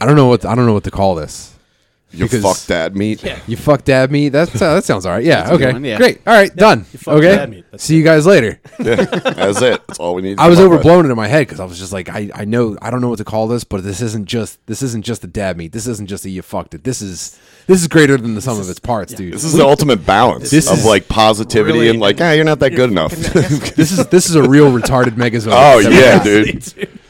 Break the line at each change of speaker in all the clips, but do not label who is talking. I don't know what I don't know what to call this.
You
Because-
fuck dad meat.
Yeah.
You fuck dab me. That's uh, that sounds all right. Yeah.
a good
okay.
one, yeah.
Great. All right. done.
you fuck
Okay.
dab meat. That's
See you guys later.
Yeah, that's it. That's all we need.
I was overblown it in my head because I was just like, I, I know I don't know what to call this, but this isn't just this isn't just a dab meat. This isn't just a you fucked it. This is this is greater than the sum of its parts, dude.
This is the ultimate balance
This
of
is
like positivity
really-
and like, ah, you're not that good enough.
This is this is a real retarded megazord.
oh
That-
yeah, dude.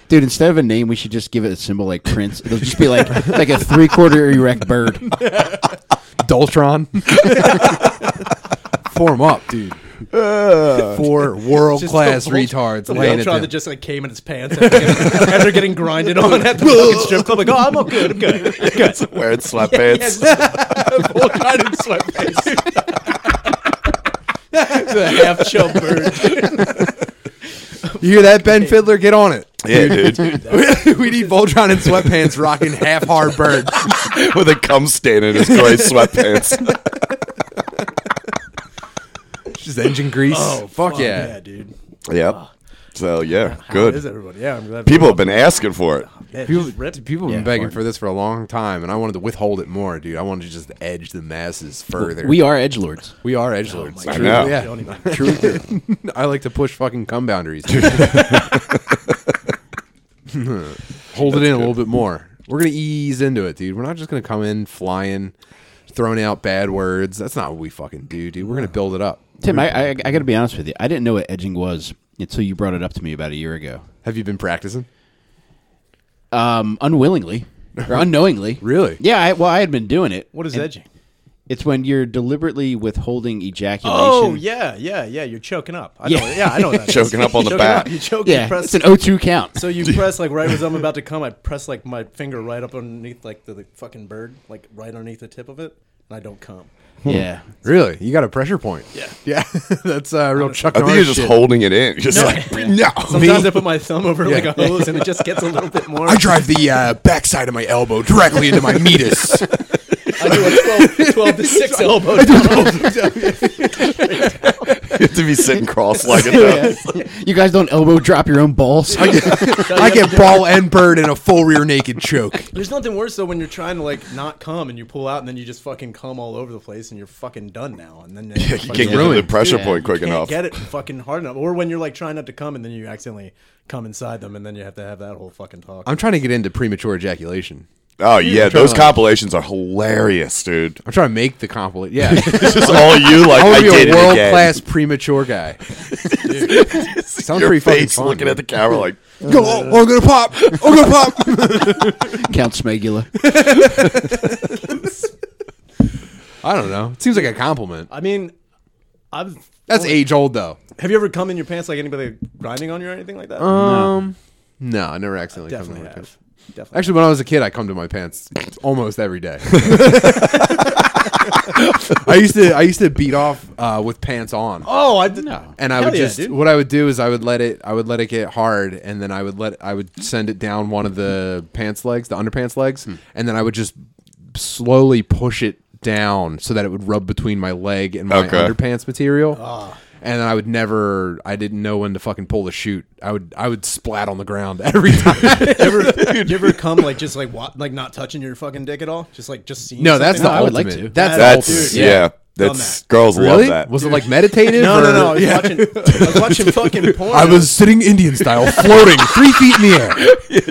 Dude, instead of a name, we should just give it a symbol like Prince. It'll just be like like a three quarter erect bird.
Doltron. Form up, dude. Four world class retards
The
laying at
Voltron
them.
that just like came in his pants after getting, after getting grinded on at the fucking strip club. Like, oh, I'm all good. I'm good. I'm good.
Wearing sweatpants.
Voltron in sweatpants. the half shell bird.
you hear that, Ben Fiddler? Get on it.
Yeah, dude.
we need Voltron in sweatpants rocking half hard birds.
With a cum stain in his gray sweatpants.
Just engine grease.
Oh,
fuck, yeah.
yeah, dude.
yep. So yeah,
How is
good.
everybody? Yeah, I'm glad.
People have been asking for it.
Yeah,
People,
just ripped.
people have been
Yeah,
begging
hard.
for this for a long time, and I wanted to withhold it more, dude. I wanted to just edge the masses further.
We are edge lords.
we are edge lords.
I know.
I don't even-
I like to push fucking cum boundaries. Hold it in a little bit more. We're gonna ease into it, dude. We're not just gonna come in flying, throwing out bad words. That's not what we fucking do, dude. We're gonna build it up.
Tim, I, I I got to be honest with you. I didn't know what edging was until you brought it up to me about a year ago.
Have you been practicing?
Um, unwillingly or unknowingly.
Really?
Yeah. I, well, I had been doing it.
What is
And
edging?
It's when you're deliberately withholding ejaculation.
Oh yeah, yeah, yeah. You're choking up. I
Yeah.
know. Yeah, I know. What that is.
Choking up on the
Choking
back.
up. You choke.
Yeah.
You press.
It's an O2 count.
so you press like right as I'm about to come. I press like my finger right up underneath like the, the fucking bird, like right underneath the tip of it, and I don't come.
yeah.
Really? You got a pressure point?
Yeah.
yeah. That's uh, real Chuck
I think
Norris
you're just
shit.
holding it in. You're just
No.
like no.
Sometimes I put my thumb over like
Yeah.
a hose, and it just gets a little bit more.
I drive the uh, backside of my elbow directly into my meatus.
I do a 12, 12 to six elbow.
you have to be sitting cross-legged. though.
You guys don't elbow drop your own balls.
I get ball and bird in a full rear naked choke.
There's nothing worse though when you're trying to like not come and you pull out and then you just fucking come all over the place and you're fucking done now and then
You
fucking-
can't get to the
ruined.
pressure
Yeah,
point quick
can't
enough.
get it fucking hard enough. Or when you're like trying not to come and then you accidentally come inside them and then you have to have that whole fucking talk.
I'm trying to get into premature ejaculation.
Oh yeah, those compilations are hilarious, dude.
I'm trying to make the compliment. Yeah.
It's just all you like.
I
I,
want to
did
be a
it
world
again.
class premature guy. Sounds
Your
pretty fucking
face
fun.
looking at the camera like
the- Go, oh, I'm gonna pop. I'm gonna pop.
Count Smegula.
I don't know. It seems like a compliment.
I mean, I've.
That's age old though.
Have you ever come in your pants like anybody grinding on you or anything like that?
Um, no, I never accidentally come to
Definitely
my
have.
pants.
Definitely.
Actually, when I was a kid, I come to my pants almost every day. I used to I used to beat off uh, with pants on.
oh, I did
No.
and I
Hell
would
yeah,
just
dude.
what I would do is I would let it I would let it get hard and then I would let I would send it down one of the pants legs, the underpants legs,
Hmm.
and then I would just slowly push it down so that it would rub between my leg and my
Okay.
underpants material.
Ah.
And then I would never I didn't know when to fucking pull the chute. I would I would splat on the ground every time.
You ever, you ever come like just like wa- like not touching your fucking dick at all? Just like just seeing.
no, that's
something?
the
I would
ultimate.
like to.
That's,
that's
the ultimate.
yeah, that's girls
Really?
love that.
Was it like meditative?
No, no, no. I
or-
was, watching, I was watching fucking porn.
I was sitting Indian style, floating three feet in the air,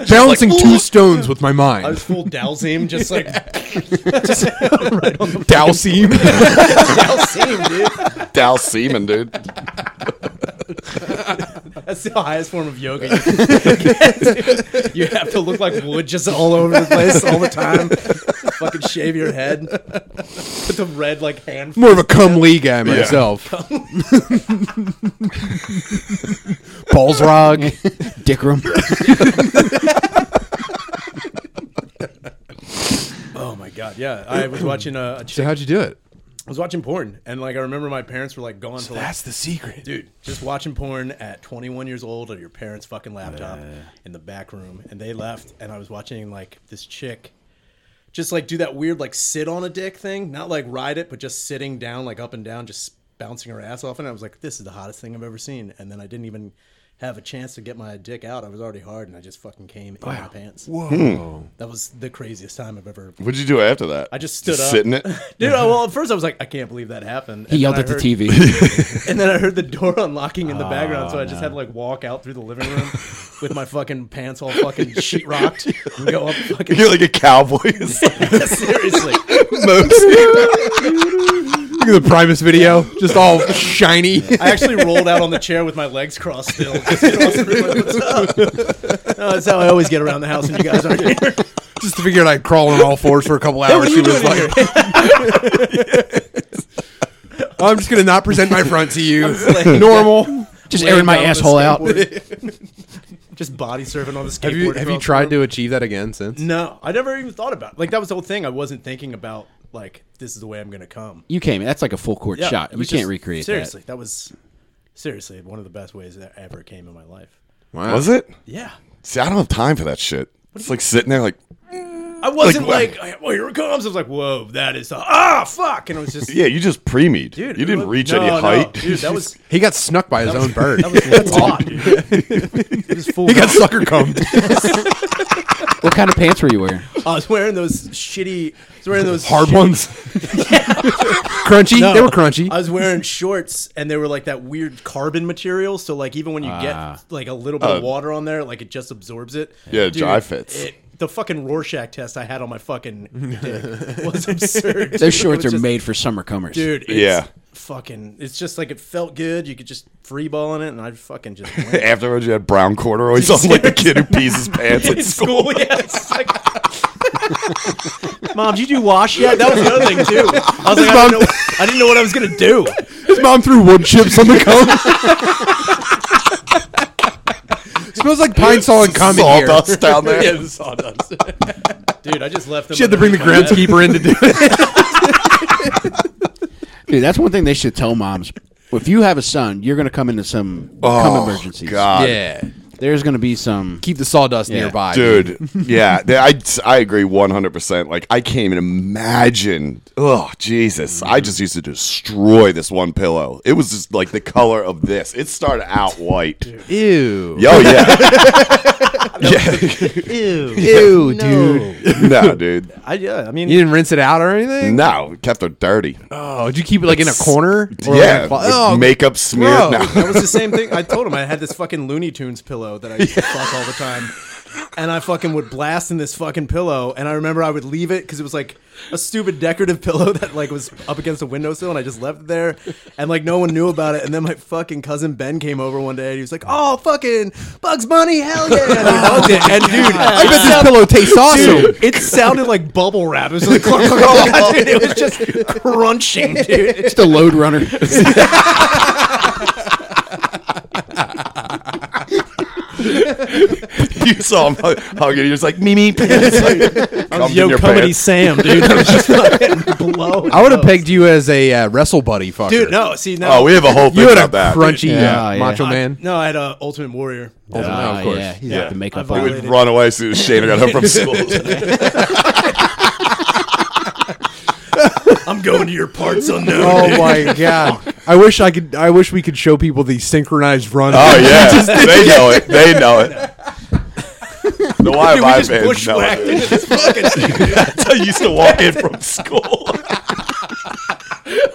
balancing two stones with my
I
mind.
was full dowsing, just like just right on the
Dowsing.
dowsing, dude.
Dal Seaman, dude?
That's the highest form of yoga. You, can do. you have to look like wood just all over the place all the time. Fucking shave your head. Put the red like hand.
More of a cum lee guy myself. Balls rock.
Dickram.
Oh my god, yeah. I was watching a, a
So
chick,
how'd you do it?
I was watching porn, and like I remember my parents were like going to like
the secret.
dude just watching porn at 21 years old on your parents fucking laptop in the back room and they left and i was watching like this chick just like do that weird like sit on a dick thing not like ride it but just sitting down like up and down just bouncing her ass off and i was like this is the hottest thing i've ever seen and then i didn't even have a chance to get my dick out. I was already hard, and I just fucking came in my pants.
Whoa.
That was the craziest time I've ever.
What'd you do after that?
I just stood up,
Sitting it.
Dude, I- well, at first I was like, I can't believe that happened.
He
And
yelled
then
at
I
the
heard-
TV.
and then I heard the door unlocking in the background,
Oh,
so I just had to like walk out through the living room with my fucking pants all fucking sheetrocked and go up fucking.
You're like a cowboy. It's like
Seriously,
most-
Look at the Primus video, just all shiny.
I actually rolled out on the chair with my legs crossed still. Just, you know, I was really like, "What's up?" No, that's how I always get around the house when you guys aren't here.
just figured I'd crawl on all fours for a couple hours. see what it's like. I'm just gonna not present my front to you. Normal.
Just airing my
Down on the
asshole out.
skateboard. just body surfing on the skateboard.
Have you have you
across the
tried
room.
to achieve that again since?
No, I never even thought about. It. Like that was the whole thing. I wasn't thinking about like this is the way I'm gonna come.
You came. That's like a full court
Yeah,
shot.
it
You
was
can't
just-
recreate
Seriously, that. was seriously one of the best ways that ever came in my life.
Wow.
Was it?
Yeah,
See, I don't have time for that shit. It's like sitting there, like
I wasn't
Like,
like, well, here it comes. I was like, whoa, that is ah fuck, and it was just
yeah, you just pre meed.
Dude,
You
it
didn't
was-
reach
no,
any
no,
height.
dude, that was
He got snuck by his own bird.
that was raw, dude. It was full.
he got sucker cummed.
that. What kind of pants were you wearing?
I was wearing those shitty. I was wearing those
Hard
shitty-
ones. crunchy.
No.
They were crunchy.
I was wearing shorts, and they were like that weird carbon material. So like even when you get like a little bit of water on there, like it just absorbs it.
Uh, Yeah, dry fits.
It, the fucking Rorschach test I had on my fucking dick was absurd. It
Those shorts
was
are
just-
made for summer comers.
dude. It's
Yeah.
fucking. It's just like it felt good. You could just free ball in it, and I fucking just went.
Afterwards, you had brown corduroys on, like the kid who pees his pants at
in
school.
school. Yeah, it's just like, Mom, did you do wash yet? That was another thing too. I was like, I didn't, know, I didn't know what I was gonna do.
His mom threw wood chips on the cum. Smells like pine saw and cum in here.
Sawdust down there.
yeah, the sawdust. Dude, I just left them.
She had to bring the
underneath my bed.
groundskeeper in to do it.
Dude, that's one thing they should tell moms. If you have a son, you're going to come into some
Oh,
cum emergencies.
God.
Yeah.
There's going to be some.
Keep the sawdust
Yeah.
nearby.
Dude, yeah, th- I, I agree 100%. Like, I can't even imagine. Oh, Jesus. I
Mm-hmm.
just used to destroy this one pillow. It was just like the color of this. It started out white.
Ew.
Yo, yeah. yeah.
Ew, dude.
no, dude.
I, yeah, I mean,
You didn't rinse it out or anything?
No, kept her dirty.
Oh, did you keep it like in a corner? Or, like,
yeah.
a clo-
with
oh,
makeup smeared.
gross.
No.
that was the same thing. I told him I had this fucking Looney Tunes pillow that I used to fuck all the time. And I fucking would blast in this fucking pillow. And I remember I would leave it because it was like a stupid decorative pillow that like was up against a windowsill. And I just left it there. And like no one knew about it. And then my fucking cousin Ben came over one day and he was like, oh, fucking Bugs Bunny, hell yeah. And he hugged it. And dude,
I bet this pillow tastes awesome.
Dude, it sounded like bubble wrap. It was like clunk, clunk, clunk, clunk, dude. It was just crunching, dude.
It's the load runner.
you saw him hug- hugging. You're just like, me, me. It's like, cum in
Yo,
your
comedy
pants.
Sam, dude. I was just fucking blowing.
I would have
up.
pegged you as a uh, wrestle buddy fucker.
dude. No, see, no,
Oh, we have a whole thing
You had a
about that.
crunchy
Yeah,
uh,
yeah.
macho
I-
man.
no, I had a Ultimate Warrior.
Oh, no, of
Ah,
course.
Yeah, he's
Yeah.
got the makeup
I've
on.
He
always-
would run away as soon as Shana got home from school.
I'm going to your parts unknown.
Oh my god! I wish I could. I wish we could show people the synchronized run.
Oh yeah, they know it. They know it. The Y
Dude, we
Y
just
fans know
bushwhacked
it.
into this fucking.
That's how I used to walk in from school.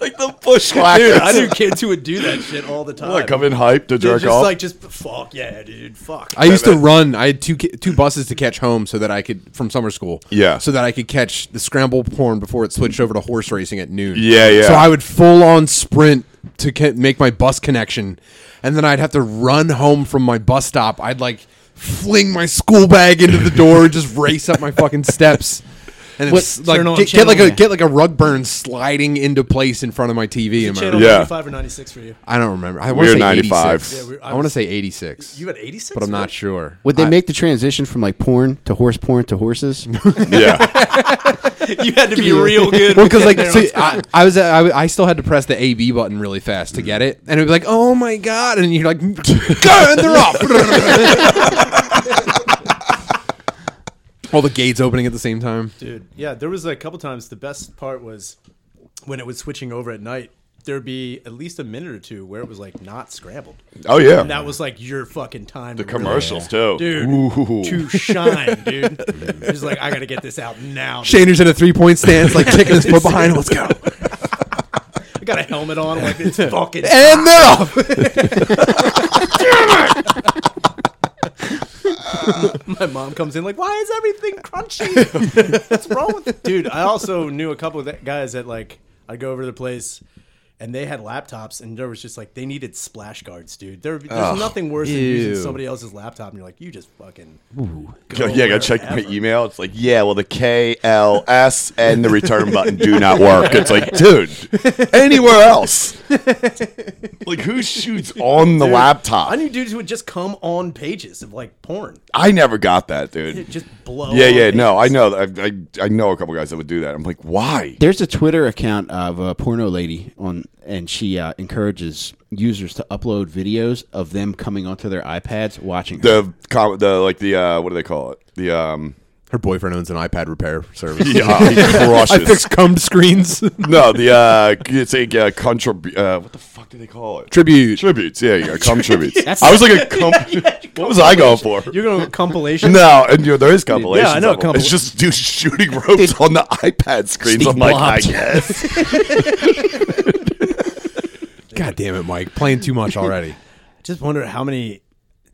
like the bushwhackers.
Dude, I knew kids who would do that shit all the time.
Like, come in hype to
Dude,
jerk
just
off.
like just fuck yeah, dude, fuck.
I used to run. I had two ki- two buses to catch home so that I could from summer school.
Yeah.
So that I could catch the scramble porn before it switched over to horse racing at noon.
Yeah, yeah.
So I would full on sprint to ca- make my bus connection, and then I'd have to run home from my bus stop. I'd like fling my school bag into the door, just race up my fucking steps. And it's like
Turn on
get, get like a
channel-
get like a rug burn sliding into place in front of my TV. in my room.
Channel
Yeah.
95 or 96 for you.
I don't remember. I
We're
want to say
95.
85.
Yeah,
we're- I
I want to
was-
say 86,
You had 86,
but I'm not
right?
sure.
Would they
I-
make the transition from like porn to horse porn to horses?
yeah,
You had to be real good.
Well,
with
because like
getting
so
there on
I, I was uh, I, w- I still had to press the AB button really fast to get it, and it'd be like, oh my god, and you're like, go,
Oh,
and they're off. All the gates opening at the same time.
dude. Yeah, there was a couple times. The best part was when it was switching over at night. there'd be at least a minute or two where it was like not scrambled.
Oh yeah,
And that was like your fucking time.
the commercials too,
Dude,
Ooh.
to shine, dude. It was like, I got to get this out now.
Shaner's in a three point stance, like kicking his foot behind. Let's go.
I got a helmet on. I'm like, it's fucking.
And they're off.
My mom comes in like, why is everything crunchy? What's wrong with it? Dude, I also knew a couple of th- guys that like, I'd go over to the place and they had laptops and there was just like, they needed splash guards, dude. There, there's nothing worse than
ew.
using somebody else's laptop and you're like, you just fucking.
Go- yeah, I gotta check my
wherever.
email. It's like, yeah, well, the KLS and the return button do not work. It's like, dude, anywhere else. Like, who shoots on the laptop?
I knew dudes who would just come on pages of like porn.
I never got that, dude.
It just Oh, blow.
Yeah,
on
yeah, no, I
pages.
know. that- I, I, I know a couple guys that would do that. I'm like, why?
There's a Twitter account of a porno lady on, and she uh, encourages users to upload videos of them coming onto their iPads watching. her.
The com- the like the uh, what do they call it? The um,
Her boyfriend owns an iPad repair service.
yeah, he
I
crushes.
fix cum screens.
no, the uh, it's like uh, contrib- uh, what the fuck do they call it?
Tribute.
Tributes, yeah, yeah, cum tributes.
That's-
I was like a cum. what was I going for?
You're going to compilation.
No, and you know, there is compilations.
Yeah, I know
of them. It's
compil-
just dudes shooting ropes on the iPad screens.
Sneak
I'm like,
blobs.
I guess.
God damn it, Mike. Playing too much already.
Just wonder how many,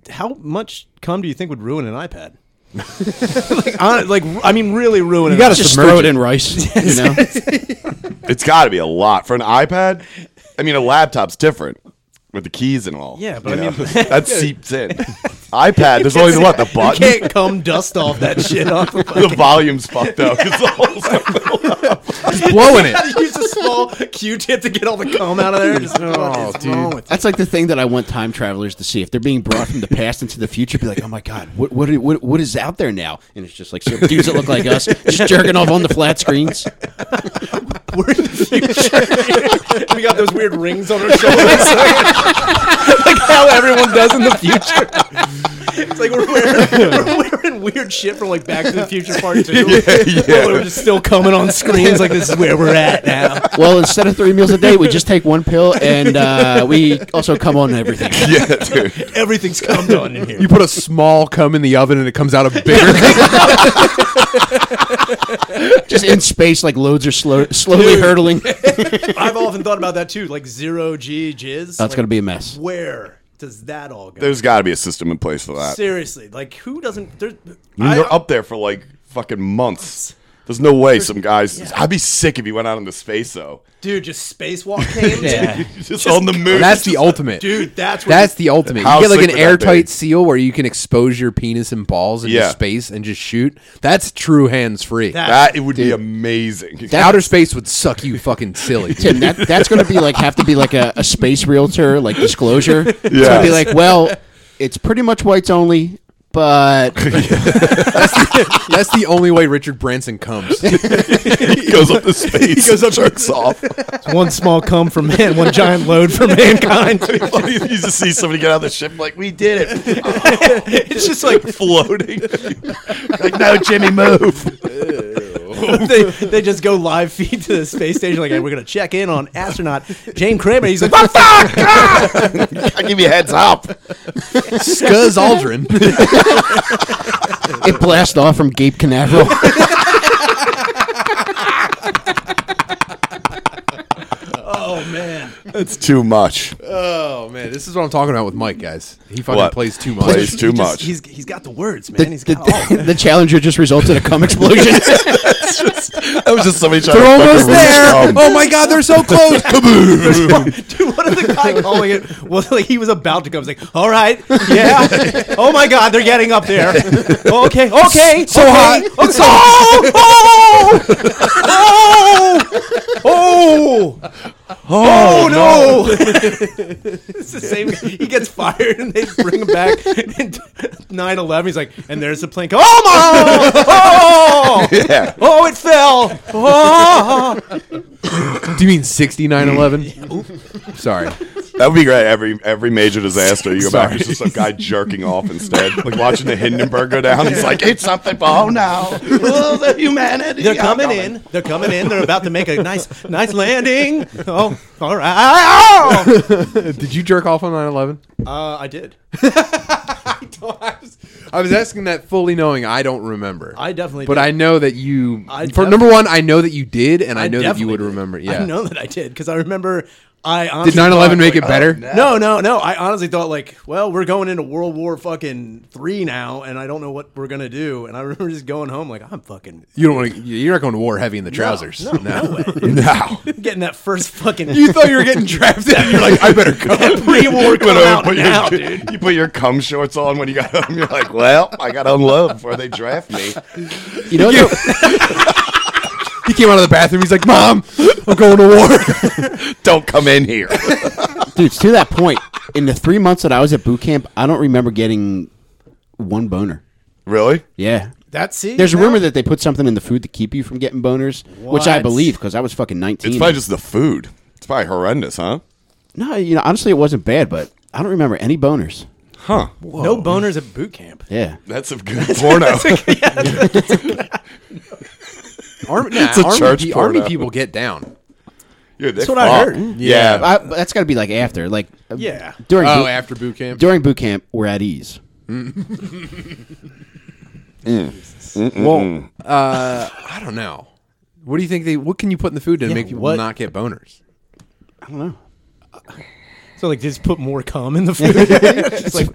how much cum do you think would ruin an iPad? like, hon- like, I mean, really ruin.
You gotta
an iPad.
just
submerge
throw it
it.
in rice, you know.
it's got to be a lot for an iPad. I mean, a laptop's different with the keys and all.
Yeah, but
you
I
know?
mean-
that seeps in. iPad, there's only what the
You
button.
can't cum dust off that shit off.
The volume's fucked up. 'cause the whole
Blowing it.
Use a small Q-tip to get all the cum out of there. Just, oh,
dude.
That's like the thing that I want time travelers to see. If they're being brought from the past into the future, be like, oh my god, what what are- what, what is out there now? And it's just like some dudes that look like us just jerking off on the flat screens.
We're in the future. we got those weird rings on our shoulders. like how everyone does in the future. It's like we're wearing, we're wearing weird shit from like Back to the Future Part Two.
yeah.
But We're just still coming on screens. Like this is where we're at now.
Well, instead of three meals a day, we just take one pill, and uh, we also come on everything.
yeah, dude.
Everything's come on in here.
You put a small cum in the oven and it comes out a bigger.
Just in space, like loads are slow, slowly
Dude.
hurtling.
I've often thought about that too. Like zero G jizz.
That's
Like,
gonna be a mess.
Where does that all go?
There's got to be a system in place for that.
Seriously, like who doesn't? There's,
I mean,
I-
they're up there for like fucking months. There's no way some guys. I'd be sick if he went out into space though.
dude, just spacewalk came.
Yeah.
Just, on the moon.
That's the ultimate.
Dude, that's where
That's the ultimate.
How
you get
sick
like
would
an
that
airtight
be?
seal where you can expose your penis and balls into
Yeah.
space and just shoot. That's true hands free.
That-
That it would be amazing.
Outer space would suck you fucking silly. dude.
Tim, that, that's going to be like have to be like a, a space realtor like disclosure. It's going to be
Yes.
like, well, it's pretty much whites only, but
That's the only way Richard Branson comes.
he goes up to space. He goes up, jerks off.
one small cum for man, one giant load for mankind.
you just see somebody get out of the ship, like we did it,
it's just like
floating. like no, Jimmy, move.
they, they just go live feed to the space station. Like, hey, we're gonna check in on astronaut James Kramer. He's like, what the
I give you a heads up.
Scuzz Aldrin.
it blasts off from Cape Canaveral.
Oh man,
It's too much.
oh man, this is what I'm talking about with Mike, guys. He fucking
What?
plays too much.
Plays too
He just-
much.
he's he's got the words, man. he's got all.
the, the Challenger just results in a cum explosion.
that was just somebody trying
They're
to
almost
fucking
there.
roost
Oh my god, they're so close. Kaboom.
Dude, what is the guy calling it? Well, like he was about to go. He's like, all right, yeah. Oh my God, they're getting up there. Okay, okay,
So
okay,
hot.
Okay. Oh, oh, oh, oh, oh, no! it's the same. He gets fired, and they bring him back. 9-11, He's like, and there's the plane. Oh my! Oh,
cum. Yeah.
oh, it fell. Oh.
Do you mean 6911? Sorry.
That would be great. Every every major disaster, you go back,
Sorry.
it's just some guy jerking off instead. Like watching the Hindenburg go down. He's like, it's something for all now. Oh, the humanity.
They're
I'm
coming, in. They're coming in. They're about to make a nice, nice landing. Oh, all right. Ow!
Did you jerk off on 9/11?
Uh, I did.
I was, I was asking that fully knowing I don't remember.
I definitely
But
did.
I know that you.
I
for
def-
number one, I know that you did, and I, know that you
definitely
would
did.
remember. Yeah.
I know that I did because I remember. I honestly
Did 9/11
thought,
make
like,
it better?
No, no, no. I honestly thought like, well, we're going into World War fucking three now, and I don't know what we're gonna do. And I remember just going home like, I'm fucking
You don't want to. You're not going to war heavy in the trousers.
No, no, no way.
Now.
Getting that first fucking
you thought you were getting drafted. and You're like, I better go.
pre-war come
But, uh,
out
put your-
now, dude.
You put your cum shorts on when you got home. You're like, well, I got to unload before they draft me.
You know, though,
He came out of the bathroom. He's like, Mom, I'm going to war.
Don't come in here.
dude, to that point, in the three months that I was at boot camp, I don't remember getting one boner.
really?
Yeah.
That's it.
There's a rumor that they put something in the food to keep you from getting boners, which I
What?
believe because I was fucking 19.
It's probably just the food. It's probably horrendous, huh?
no, you know, honestly, it wasn't bad, but I don't remember any boners.
Huh.
no boners at boot camp.
Yeah.
That's a good porno.
Army, nah,
It's a
army,
church
pe- army
porno.
people get down.
That's
what I heard.
Yeah.
I, but that's got to be like after, like uh,
Yeah.
during
Oh,
boot,
after boot camp.
during boot camp, we're at ease.
Well, uh, I don't know. What do you think they? What can you put in the food to make people
what-
not get boners?
I don't know.
So like, just put more cum in the food. it's like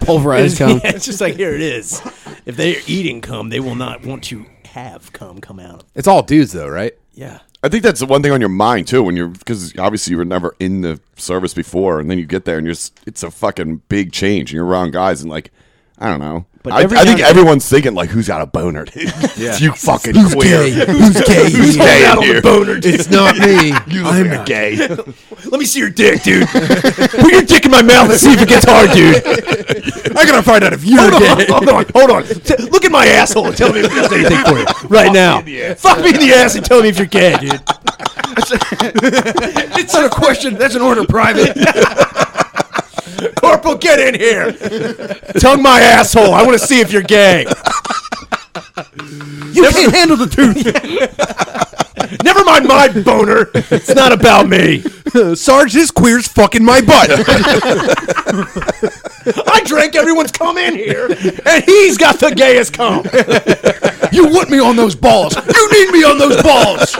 pulverized cum.
Yeah, it's just like here it is. If they're eating cum, they will not want to have cum come out.
It's all dudes though, right?
Yeah.
I think that's the one thing on your mind too when you're because obviously you were never in the service before, and then you get there and you're s- it's a fucking big change, and you're around guys, and like I don't know.
But
I,
every
I think
now and-
everyone's thinking like, who's got a boner? Dude? You fucking queer.
Who's gay?
Who's gay in here?
It's not me.
You look
I'm
like a
not
gay.
Let me see your dick, dude.
Put your dick in my mouth and see if it gets hard, dude. I gotta find out if you're gay.
hold on, hold on.
Look at my asshole and tell me if there's anything for you right now. Fuck me in the ass and tell me if you're gay, dude.
It's not a question. That's an order, private.
Corporal, get in here. Tongue my asshole. I want to see if you're gay.
You can't handle the tooth.
Never mind my boner. It's not about me.
Sarge, this queer's fucking my butt.
I drank everyone's cum in here, and he's got the gayest cum.
you want me on those balls. You need me on those balls.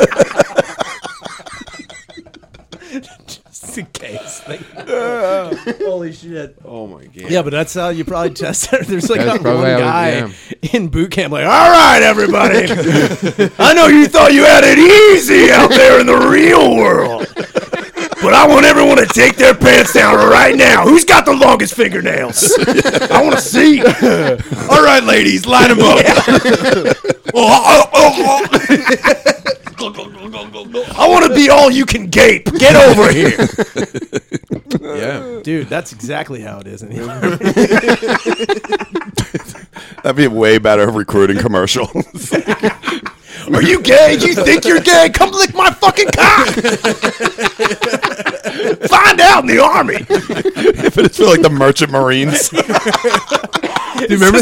It's the gayest thing. Holy shit. Oh my god. Yeah, but that's how you probably test it. There's like
That's
that one
probably how it-
guy
yeah.
in boot camp, like, all right, everybody. I know you thought you had it easy out there in the real world. But I want everyone to take their pants down right now. Who's got the longest fingernails? I want to see.
All right, ladies, line them up.
Oh, I want to be all you can gape. Get over here.
Yeah.
Dude, that's exactly how it is. In the
That'd be a way better recruiting commercial.
Are you gay? You think you're gay? Come lick my fucking cock. Find out in the army.
if it's for like the merchant marines,
Do you remember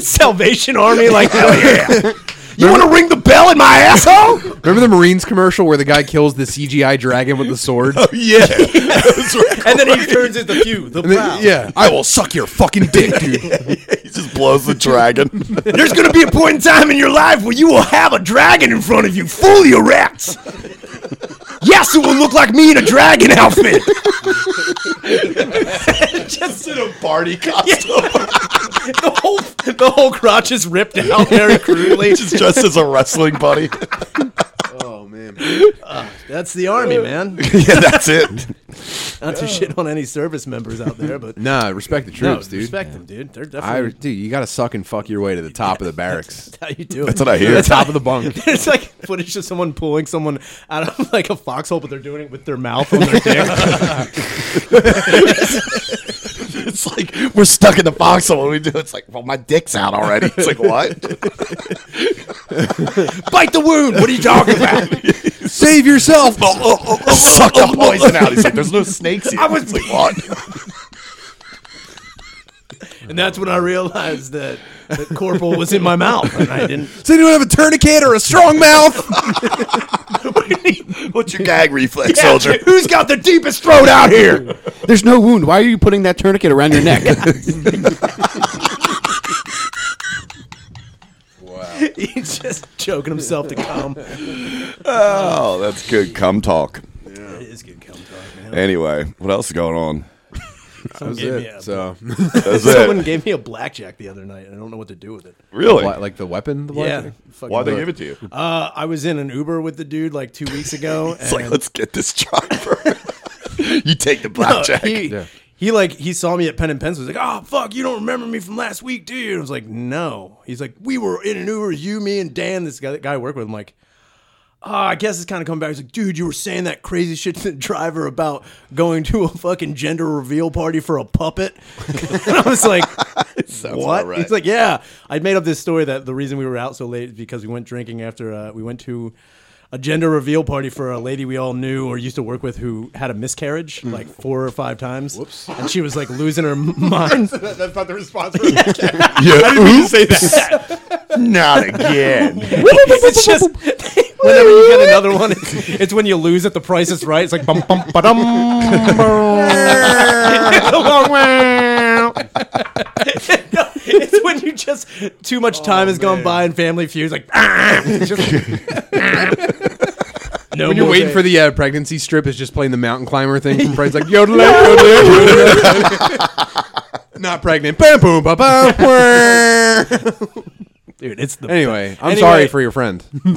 Salvation Army? Like hell yeah. You want to ring the bell in my asshole?
Remember the Marines commercial where the guy kills the CGI dragon with the sword?
yeah,
and then he turns into pew, the plow.
yeah. I will suck your fucking dick, dude.
he just blows the dragon.
There's gonna be a point in time in your life where you will have a dragon in front of you, full of your rats. Yes, it will look like me in a dragon outfit. Just in a
Party costume.
the whole the whole crotch is ripped out very crudely.
Just dressed as a wrestling buddy.
Oh man.
That's the army, man.
yeah, that's it.
Not to shit on any service members out there, but
Nah, respect the troops, dude.
respect them, dude. They're
I,
definitely.
dude, you gotta suck and fuck your way to the top of the barracks.
how you do it.
That's what I hear.
The top of the bunk.
There's like footage of someone pulling someone out of like a foxhole, but they're doing it with their mouth on their dick.
It's like we're stuck in the foxhole. What do we do? It's like, well, my dick's out already. It's like what?
Bite the wound. What are you talking about?
Say save yourself.
Oh, Suck the poison out. oh, He's like, there's no snakes here. I was like, what?
And that's when I realized that, that Corporal was in my mouth, and I didn't.
Does anyone have a tourniquet or a strong mouth?
What's your gag reflex, soldier?
Who's got the deepest throat out here?
There's no wound. Why are you putting that tourniquet around your neck?
He's just choking himself to come.
Oh, that's good. Come talk.
It is good cum talk, man.
Anyway, what else is going on?
That was
Give me
it.
a-
So,
That's
Someone
it.
gave me a blackjack the other night, and I don't know what to do with it.
Really?
What, like the weapon. The
Yeah,
weapon?
fucking-
Why they give it to you?
Uh, I was in an Uber with the dude like two weeks ago.
It's
and
like, let's get this driver. you take the
No,
blackjack.
He,
Yeah.
he like he saw me at Pen and Pencil. He's like, "Oh fuck, you don't remember me from last week, do you?" I was like, "No." He's like, "We were in an Uber, you, me, and Dan. This guy, that guy I work with." I'm like, "Ah, I guess it's kind of coming back." He's like, "Dude, you were saying that crazy shit to the driver about going to a fucking gender reveal party for a puppet." and I was like, "What?"
about right.
He's like, "Yeah, I made up this story that the reason we were out so late is because we went drinking after uh, we went to." a gender reveal party for a lady we all knew or used to work with who had a miscarriage
Mm.
like four or five times. Whoops. And she was like losing her mind.
That's not the response. For yeah.
Yeah. How did you say that? Not again.
it's just whenever you get another one, it's, it's when you lose at the price is right. It's like bum bum ba dum. No, it's when you just too much time has gone by and family feuds like "Ah!" It's just- No
When you're
more
waiting
day.
for the uh, pregnancy strip, is just playing the mountain climber thing. From Fred's like, yodeling, yodeling, yodeling. Not pregnant. Bam, boom, ba, ba, whirr.
dude, it's the
Anyway, I'm
Anyway.
sorry for your friend.
no,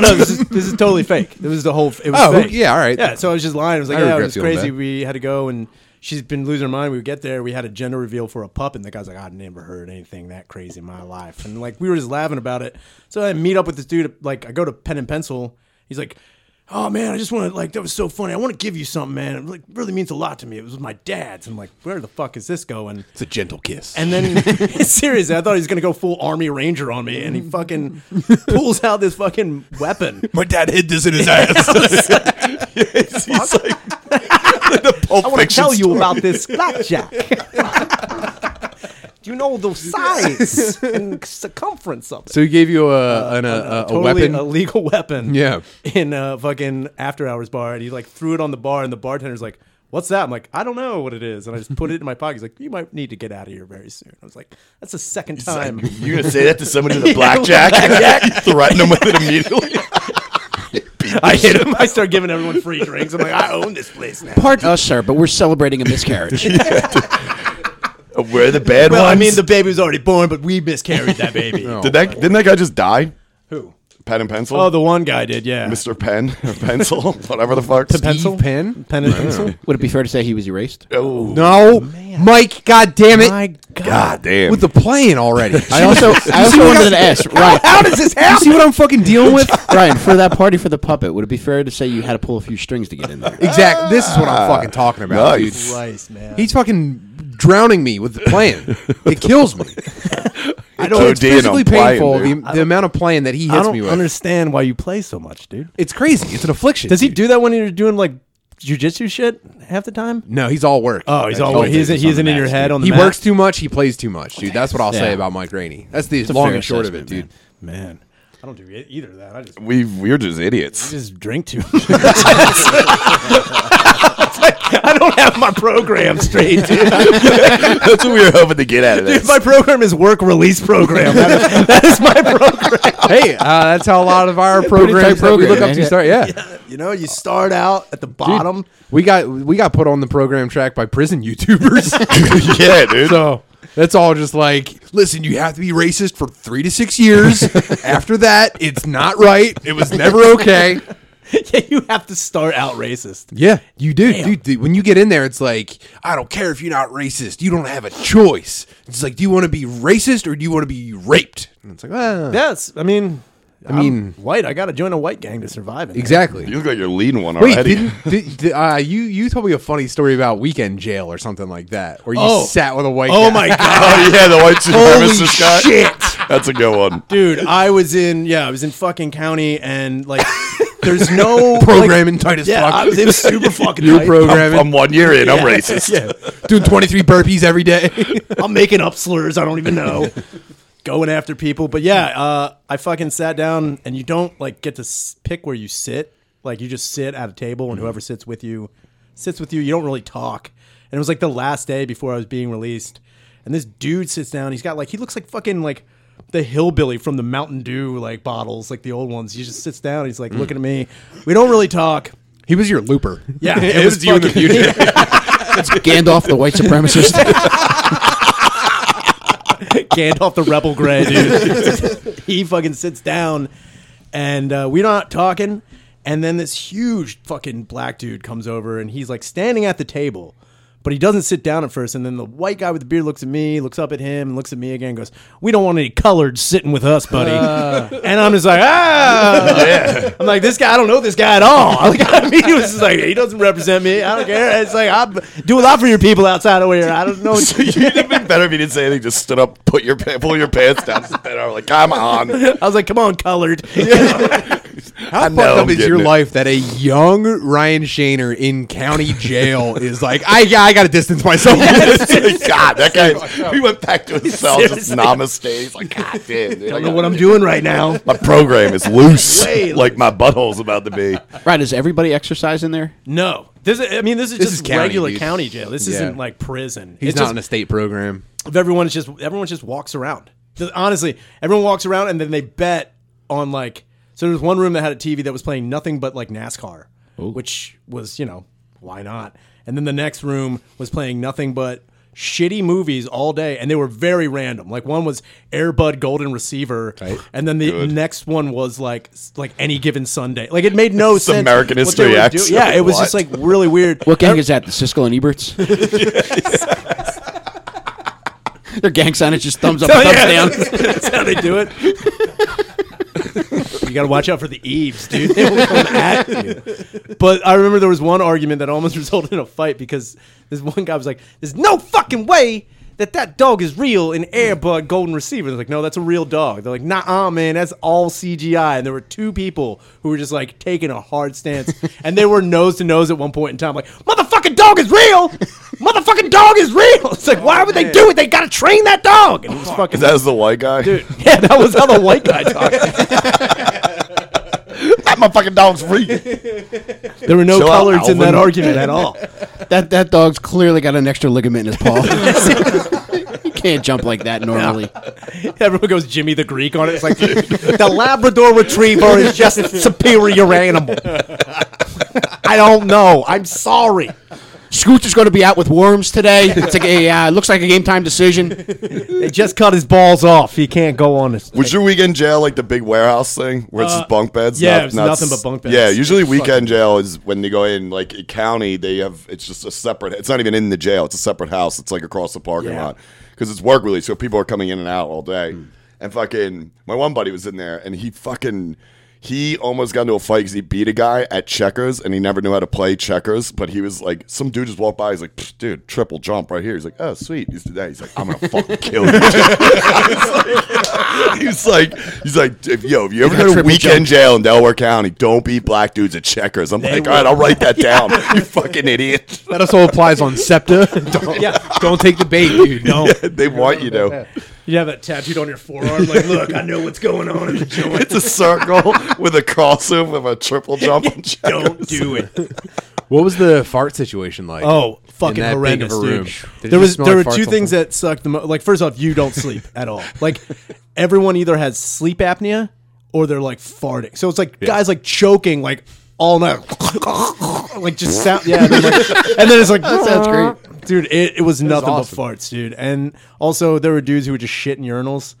no, this is, this is totally fake. It was the whole. It was
Oh,
fake.
yeah, all right.
Yeah, so I was just lying. I was like,
I
yeah, it
regret
was
feeling
crazy.
bad.
We had to go, and she's been losing her mind. We would get there. We had a gender reveal for a pup, and the guy's like, I've never heard anything that crazy in my life. And like, we were just laughing about it. So I meet up with this dude. Like, I go to Pen and Pencil. He's like. Oh man, I just want to like that was so funny. I want to give you something, man. It like really means a lot to me. It was my dad's. I'm like, where the fuck is this going?
It's a gentle kiss.
And then seriously, I thought he was gonna go full Army Ranger on me, and he fucking pulls out this fucking weapon.
my dad hid this in his ass.
He's like, the Pulp
I want to
Fiction
tell you
story.
about this blackjack. Do you know the size and circumference of it?
so he gave you a an, a, a, a
totally
weapon.
illegal weapon.
Yeah.
In a fucking after hours bar, and he like threw it on the bar, and the bartender's like, "What's that?" I'm like, "I don't know what it is," and I just put it in my pocket. He's like, "You might need to get out of here very soon." I was like, "That's the second time."
You're gonna say that to somebody with a blackjack? you threaten them with it immediately.
I hit him. I start giving everyone free drinks. I'm like, "I own this place now."
Pardon us, sir, but we're celebrating a miscarriage.
We're Uh, the bad
Well, I
ones. Oh
mean, the baby was already born, but we miscarried that baby.
did that? Didn't that guy just die?
Who?
Pen and pencil.
Oh, the one guy did. Yeah.
Mr. Pen or pencil, whatever the fuck.
Pencil?
pen.
Pen and pencil.
Would it be fair to say he was erased?
Oh
No, Mike. God damn it!
My God.
god damn!
With the playing already.
I also, I also wanted to ask, Ryan,
How does this happen? You see what I'm fucking dealing with?
Ryan, for that party for the puppet, would it be fair to say you had to pull a few strings to get in there?
Exactly. This is what I'm fucking talking about, dude.
Ah. nice.
Christ, man.
He's fucking drowning me with the plan. it kills me. I don't.
OD
It's
and I'm
physically
playing,
painful.
dude.
the, the amount of playing that he
I
hits
don't
me with.
understand why you play so much, dude.
It's crazy. It's an affliction.
Does he do that when you're doing like jujitsu shit half the time?
No, he's all work.
Oh, he's
That's
all he
thing.
isn't he isn't in your head on the
He
mat?
works too much. He plays too much, dude. That's what I'll say
Yeah.
about Mike Rainey. That's the
a
long
fair
and short of it,
assessment,
dude.
man. I don't do e- either of that. I just
we we're just idiots.
just drink too. much. It's like, I don't have my program straight, dude.
That's what we were hoping to get out of this.
My program is work release program. That is, that is my program.
hey, uh, that's how a lot of our
tight
programs that we
program,
look up
man.
to start. Yeah.
You know, you start out at the bottom.
We got we got put on the program track by prison YouTubers.
yeah, dude.
so that's all just like, listen, you have to be racist for three to six years. After that, it's not right. It was never okay.
Yeah, you have to start out racist.
Yeah, you do, dude, dude. When you get in there, it's like I don't care if you're not racist. You don't have a choice. It's like, do you want to be racist or do you want to be raped? And it's like, well,
Yes, I mean, I
mean-
white. I got to join a white gang to survive. In there.
exactly.
You look like you're leading one
Wait,
already.
didn't did, did, uh, you you told me a funny story about weekend jail or something like that, where you
Oh.
sat with a white?
Oh
guy.
my god.
oh yeah, the white supremacist guy.
shit.
That's a good one.
dude i was in yeah i was in fucking county and like there's no like,
Programming Titus
yeah,
Block.
I was, it was super fucking.
You're
tight.
programming.
I'm one year in. I'm racist.
Yeah,
doing 23 burpees every day.
I'm making up slurs. I don't even know. Going after people, but yeah, uh, I fucking sat down, and you don't like get to s- pick where you sit. Like you just sit at a table, and whoever sits with you sits with you. You don't really talk. And it was like the last day before I was being released, and this dude sits down. He's got like he looks like fucking like the hillbilly from the Mountain Dew like bottles, like the old ones. He just sits down. He's like looking at me. We don't really talk.
he was your looper.
Yeah,
it, was, you in the
fucking-
future.
Gandalf the white supremacist.
Gandalf the Rebel Gray, dude. he fucking sits down, and uh, we're not talking. And then this huge fucking black dude comes over, and he's like standing at the table, but he doesn't sit down at first. And then the white guy with the beard looks at me, looks up at him, and looks at me again, and goes, "We don't want any colored sitting with us, buddy."
Uh.
and I'm just like, ah. I'm like, this guy, I don't know this guy at all. I'm Like, I mean, he was just like, he doesn't represent me. I don't care. It's like, I do a lot for your people outside of here. I don't know.
So you'd have been better if you didn't say anything. Just stood up, put your pa- pull your pants down, just bent over. Like I'm on.
I was like, come on, colored.
How fucked
know,
up
I'm
is
getting
your
it.
life that a young Ryan Shaner in county jail is like, I yeah, I gotta distance myself.
God, that guy. He went back to his cell, just namaste. He's like, God damn. Dude,
I don't know what I'm doing right now.
My program is loose,
Way loose.
like my butthole's about to be.
right? Is everybody exercise in there?
No, this is, I mean, this is
This
just
is county,
regular
dude.
county jail. This
Yeah.
isn't like prison.
He's
it's
not
just,
in a state program.
everyone's just everyone just walks around. Th- Honestly, everyone walks around and then they bet on like. So there was one room that had a TV that was playing nothing but like NASCAR, which was you know why not. And then the next room was playing nothing but shitty movies all day, and they were very random. Like one was Airbud Golden Receiver, and then the next one was like s- like any given Sunday. Like it made no
It's
sense.
American
what they
History
were
X.
doing. Yeah, it was just
What?
like really weird.
What gang is that? The Siskel and Eberts. Their gang sign is just thumbs
Oh,
up, and thumbs down.
Oh, That's how they do it. you got to watch out for the eaves, dude. They will come at you. But I remember there was one argument that almost resulted in a fight because this one guy was like, "There's no fucking way." That that dog is real in Airbud Golden Receiver. They're like, no, that's a real dog. They're like, nah, uh, man, that's all CGI. And there were two people who were just like taking a hard stance, and they were nose to nose at one point in time. Like, motherfucking dog is real, motherfucking dog is real. It's like, why would they do it? They gotta train that dog. And it was fucking
Is that the white guy? Dude,
yeah, that was how the white guy talked.
that motherfucking dog's free.
There were no
Chill out,
colors in that
Alvin.
argument at all.
That that dog's clearly got an extra ligament in his paw. he can't jump like that normally.
Everyone goes Jimmy the Greek on it. It's like the Labrador Retriever is just a superior animal. I don't know. I'm sorry.
Scooter's going to be out with worms today. It's like a uh, looks like a game time decision.
They just cut his balls off. He can't go on this.
Was your weekend jail like the big warehouse thing where it's just bunk beds?
Uh, yeah, it was nothing but bunk beds.
Yeah, usually weekend jail is when they go in like in county. They have it's just a separate. It's not even in the jail. It's a separate house. It's like across the parking
Yeah. Hmm.
lot because it's work release, so people are coming in and out all day. And fucking my one buddy was in there, and he fucking. He almost got into a fight because he beat a guy at checkers and he never knew how to play checkers. But he was like, some dude just walked by. He's like, "Psh, dude, triple jump right here. He's like, oh, sweet. He's, that. he's like, I'm going to fucking kill you. he's like, he's like, if, yo, if you ever
got
go to
triple
weekend
jump.
jail in Delaware County, don't beat black dudes at checkers. I'm like, all right, I'll write that down. You fucking idiot.
That also applies on SEPTA. don't, don't take the bait, dude. No.
they want you to.
You have that tattooed on your forearm. Like, look, I know what's going on in the joint.
It's a circle with a crossover with a triple jump on checkers.
Don't do it.
What was the fart situation like?
Oh, fucking
In that big
horrendous,
of a room.
dude.
Did it
There
just
was
smell
there
like
were
farts
two
all
things
the
that sucked the most. Like first off, you don't sleep at all. Like everyone either has sleep apnea or they're like farting. So it's like guys like choking like all night, like just sound. Yeah, and then, like, and then it's like that
sounds great.
dude. It, it was nothing
awesome.
but farts, dude. And also there were dudes who would just shit in uurnals.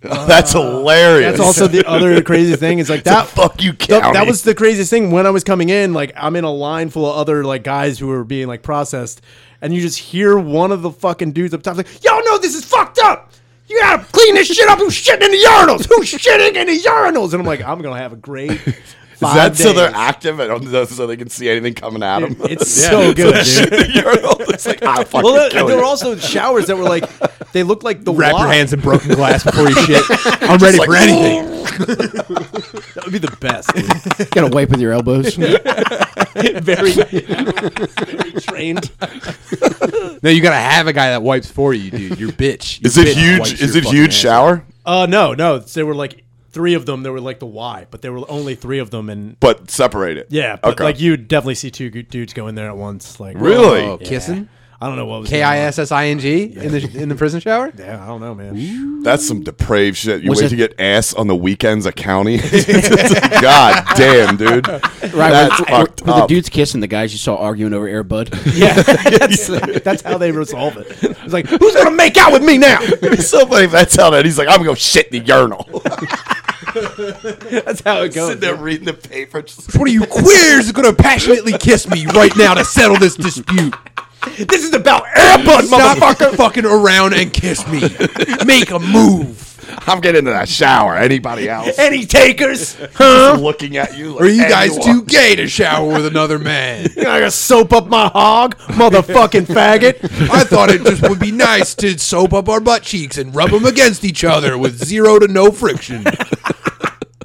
That's hilarious.
That's also the other crazy thing. Is like that
fuck you,
Th-
county.
that was the craziest thing when I was coming in. Like I'm in a line full of other like guys who were being like processed, and you just hear one of the fucking dudes up top like, "Y'all know this is fucked up. You gotta clean this shit up. Who's shitting in the urinals? Who's shitting in the urinals?" And I'm like, "I'm gonna have a great
Is
Five
that so they're
days.
active and so they can see anything coming at them?
It's so good, dude.
it's like "Ah, I fucking
Well, there,
kill
there
you.
were also showers that were like they looked like the
Wrap your
wand.
hands in broken glass before you shit. I'm ready for anything.
That would be the best. dude.
Got to wipe with your elbows.
very, very trained.
No, you gotta have a guy that wipes for you, dude. Your bitch. Your
Is it
bitch wipes
huge? Is
your
it
fucking
huge
ass.
shower?
Uh, no, no. There were like three of them. There were like the Y, but there were only three of them, and
But separate it.
yeah, but like you'd definitely see two gu- dudes go in there at once. Like
Really?
Oh, kissing?
I don't know what was
K i s s i n g in the in the prison shower.
Going on. Yeah, I don't know, man.
That's some depraved shit. You
Was
wait
it-
to get ass on the weekends at county. God damn, dude.
Right,
That's
where-
fucked
where the
up.
dudes kissing the guys you saw arguing over Air Bud.
Yeah, that's, that's how they resolve it. It's like who's
Who's gonna make out with me now? Somebody that's how that he's like, I'm gonna go shit in the urinal.
That's how it goes.
Sitting there reading the paper. Just,
What are you queers gonna passionately kiss me right now to settle this dispute?
This is about
Airbud, motherfucker, fucking around and kiss me. Make a move.
I'm getting into that shower. Anybody else
any takers.
looking at you? Like,
Are you guys
anyone.
too gay to shower with another man?
I gotta soap up my hog, motherfucking faggot.
I thought it just would be nice to soap up our butt cheeks and rub them against each other with zero to no friction.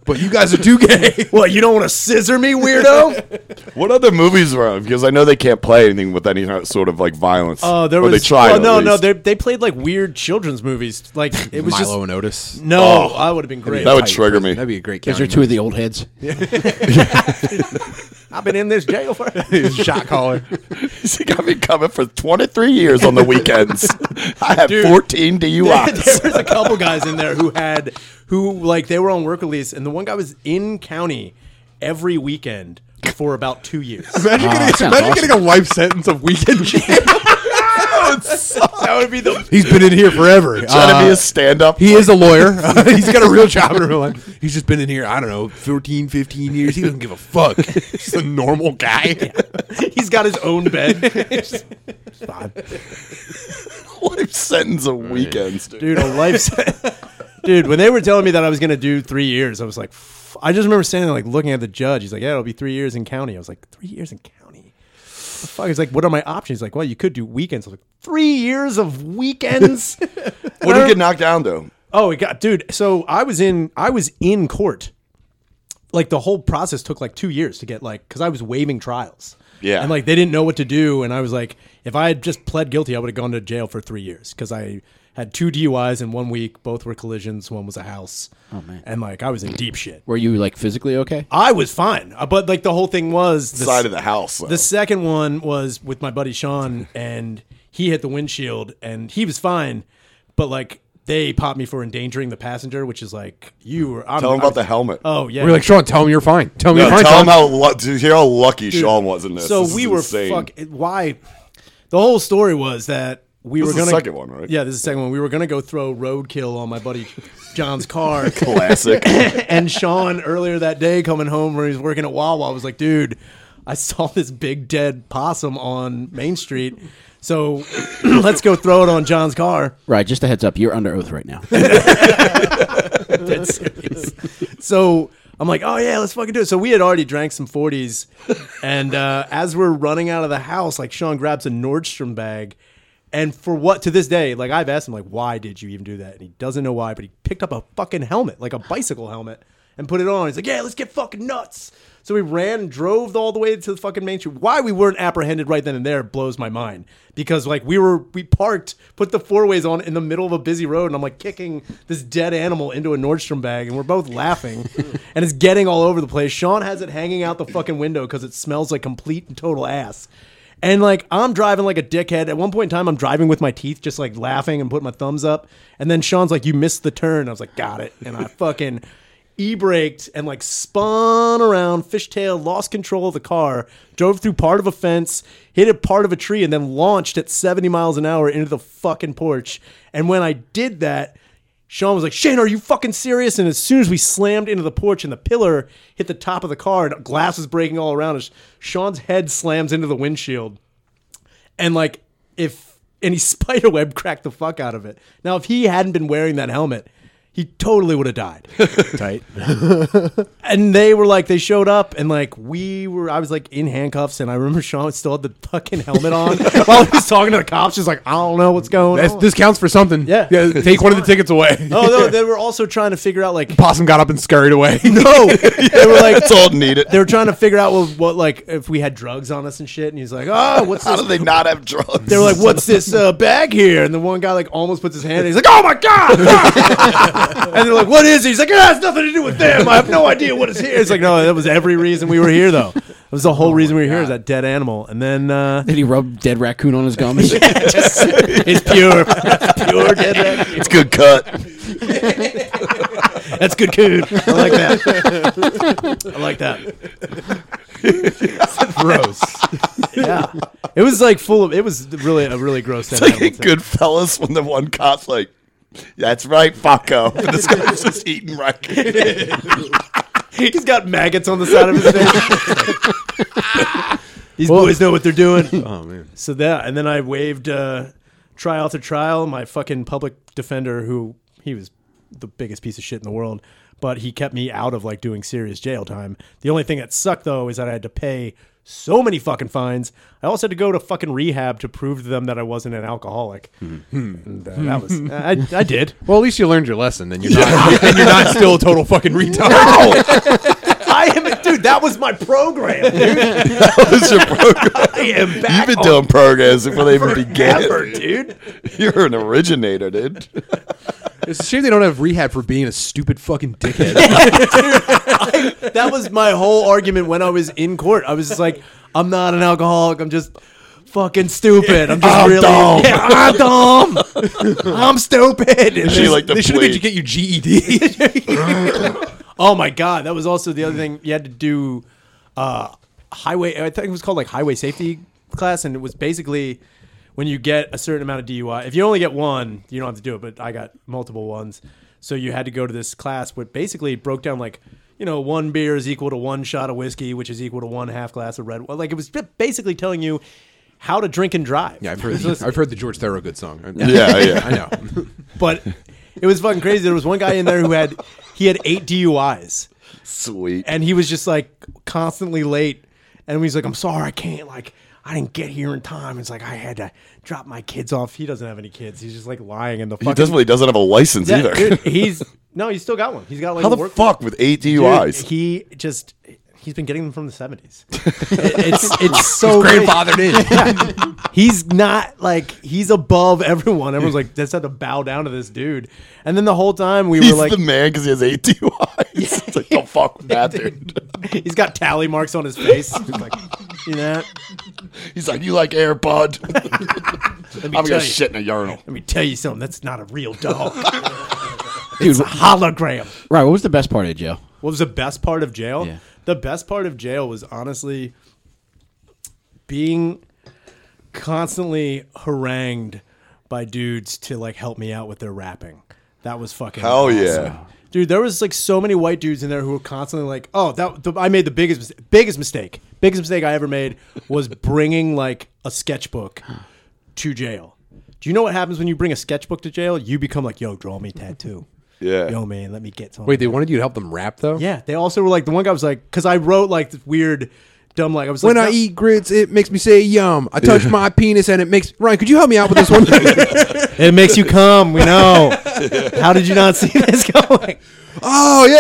But you guys are too gay.
What, you don't want to scissor me, weirdo?
What other movies were on? Because I know they can't play anything with any sort of like violence.
Oh, there
or
was
they tried.
oh,
at
no, no,
least.
they they played like weird children's movies. Like it was just
and Otis.
no. I would have been great.
Oh. that would trigger me.
That'd be a great
Those are two of the old heads.
I've been in this jail for.
shot caller.
He's like, I've been coming for 23 years on the weekends. I have 14 DUIs.
there was a couple guys in there who had who like they were on work release, and the one guy was in county every weekend for about two years.
Imagine,
that
getting,
sounds
imagine
awesome.
getting a life sentence of weekend jail.
that would be the
He's been in here forever.
Trying to be
Uh,
a stand up.
He is a lawyer. He's got a real job in real life. He's just been in here, I don't know, 14, 15 years. He doesn't give a fuck. He's a normal guy.
he's got his own bed,
life sentence of weekends, dude.
dude. A life, sen- dude. When they were telling me that I was gonna do three years, I was like, f- I just remember standing there, like looking at the judge. He's like, yeah, it'll be three years in county. I was like, three years in county. The fuck. He's like, what are my options? He's like, well, you could do weekends. I was like, three years of weekends.
What did he get knocked down, though?
Oh, it got dude. So I was in I was in court. Like the whole process took like two years to get like because I was waiving trials.
Yeah.
and like they didn't know what to do, and I was like, if I had just pled guilty, I would have gone to jail for three years because I had two DUIs in one week. Both were collisions. One was a house. Oh man! And like I was in deep shit.
Were you like physically okay?
I was fine, uh, but like the whole thing was the
Side of the house. though.
the second one was with my buddy Sean, and he hit the windshield, and he was fine, but like they popped me for endangering the passenger, which is like you were. I'm,
Tell him
I
about
was-
the helmet.
Oh yeah,
We're like, Sean, tell him you're fine. Tell me
No,
you're fine.
tell him
Sean.
how, lu- dude, hear how lucky Sean was in this.
So
This
we
is
were
insane.
fuck. Why? The whole story was that we
This
were
is the
going
second one, right?
Yeah, this is the second one. We were gonna go throw roadkill on my buddy John's car.
Classic.
and Sean earlier that day coming home where he was working at Wawa was like, dude, I saw this big dead possum on Main Street. So let's go throw it on John's car.
Right, just a heads up, you're under oath right now.
Dead serious. So I'm like, oh yeah, let's fucking do it. So we had already drank some 40s. And uh, as we're running out of the house, like Sean grabs a Nordstrom bag. And for what to this day, like I've asked him, like, why did you even do that? And he doesn't know why, but he picked up a fucking helmet, like a bicycle helmet, and put it on. He's like, yeah, let's get fucking nuts. So we ran and drove all the way to the fucking main street. Why we weren't apprehended right then and there blows my mind because like we were we parked, put the four ways on in the middle of a busy road, and I'm like kicking this dead animal into a Nordstrom bag, and we're both laughing, and it's getting all over the place. Sean has it hanging out the fucking window because it smells like complete and total ass. And like I'm driving like a dickhead. At one point in time, I'm driving with my teeth, just like laughing and putting my thumbs up. And then Sean's like, "You missed the turn." I was like, "Got it." And I fucking e-braked and like spun around, fishtail, lost control of the car, drove through part of a fence, hit a part of a tree, and then launched at 70 miles an hour into the fucking porch. And when I did that, Sean was like, Shane, are you fucking serious? And as soon as we slammed into the porch and the pillar hit the top of the car and glass was breaking all around us, Sean's head slams into the windshield and like if any spiderweb cracked the fuck out of it. Now, if he hadn't been wearing that helmet, he totally would have died.
Tight.
and they were like, they showed up, and like we were, I was like in handcuffs, and I remember Sean still had the fucking helmet on while he was talking to the cops. Just like, I don't know what's going
That's,
on.
this counts for something.
Yeah.
take one of the tickets away.
oh no, they were also trying to figure out like
Possum got up and scurried away.
no, they were like
That's all needed.
they were trying to figure out what, what like if we had drugs on us and shit. And he's like, oh, what's
How
this?
do they not have drugs?
They were like, "What's this uh, bag here?" And the one guy like almost puts his hand. in. He's like, "Oh my god!" and they're like, "What is?" It? He's like, "It has nothing to do with them. I have no idea what is here." It's like, no, that was every reason we were here, though. That was the whole reason we were here. Is that dead animal? And then uh,
Did he rub dead raccoon on his gums?
it's pure, it's pure dead. animal.
it's good cut.
That's good food. I like that. I like that.
Gross.
Yeah, it was like full of. It was really a really gross.
It's like in Goodfellas when the one cop's like, "That's right, fucko." And this guy's just eating right.
He's got maggots on the side of his face. These boys know what they're doing.
Oh man.
So that, and then I waived uh, trial to trial. My fucking public defender, who he was the biggest piece of shit in the world, but he kept me out of like doing serious jail time. The only thing that sucked though is that I had to pay so many fucking fines. I also had to go to fucking rehab to prove to them that I wasn't an alcoholic.
Mm-hmm.
And, uh, that was I, I did.
Well, at least you learned your lesson, and you're not, and you're not still a total fucking retard.
I am, dude. That was my program. Dude.
Those are programs.
I am
You've
back
been
on
doing programs before they even
forever,
began.
dude.
You're an originator, dude.
It's a shame they don't have rehab for being a stupid fucking dickhead.
that was my whole argument when I was in court. I was just like, I'm not an alcoholic. I'm just fucking stupid. I'm just
I'm
really
dumb.
Yeah, I'm dumb. I'm stupid. And
She
then-
like the
they should have made you E
police.
get your GED.
oh my god, that was also the other thing you had to do. Uh, highway, I think it was called like highway safety class, and it was basically when you get a certain amount of DUI. If you only get one, you don't have to do it. But I got multiple ones, so you had to go to this class, which basically broke down like. You know, one beer is equal to one shot of whiskey, which is equal to one half glass of red. wine. Like it was basically telling you how to drink and drive.
yeah, I've heard. The, I've heard the George Thorogood song.
Yeah,
I
yeah.
know.
But it was fucking crazy. There was one guy in there who had he had eight DUIs.
Sweet.
and he was just like constantly late and he's like i'm sorry i can't like i didn't get here in time it's like i had to drop my kids off he doesn't have any kids he's just like lying in the
He
fucking
definitely doesn't have a license
Yeah,
either.
dude, he's no he's still got one he's got like
How
a
the
work
fuck with eight
Dude,
DUIs?
he just he's been getting them from the 70s It- it's it's so crazy.
Grandfathered in.
He's not like he's above everyone. Everyone's like, just had to bow down to this dude. And then the whole time we
He's
were like,
the man because he has eight DUIs. It's like, the fuck with that, dude.
he's got tally marks on his face. He's like, you know,
He's like, you like air, bud?
let me
I'm
tell
gonna
you.
shit in a urinal.
Let me tell you something. That's not a real dog. it's a hologram.
right. What was the best part of Joe?
What was the best part of jail?
Yeah.
The best part of jail was honestly being constantly harangued by dudes to like help me out with their rapping. That was fucking
Hell
awesome.
yeah.
Dude, there was like so many white dudes in there who were constantly like, "Oh, that the, I made the biggest mis- biggest mistake. Biggest mistake I ever made was bringing like a sketchbook to jail." Do you know what happens when you bring a sketchbook to jail? You become like, "Yo, draw me a tattoo."
Yeah.
Yo, man, let me get some.
Wait, they wanted you to help them rap though.
Yeah, they also were like the one guy was like because I wrote like this weird, dumb like I was
When
like
I
no-
eat grits, it makes me say yum. I touch my penis and it makes Ryan. Could you help me out with this one?
it makes you come. We know. How did you not see this going?
oh yeah,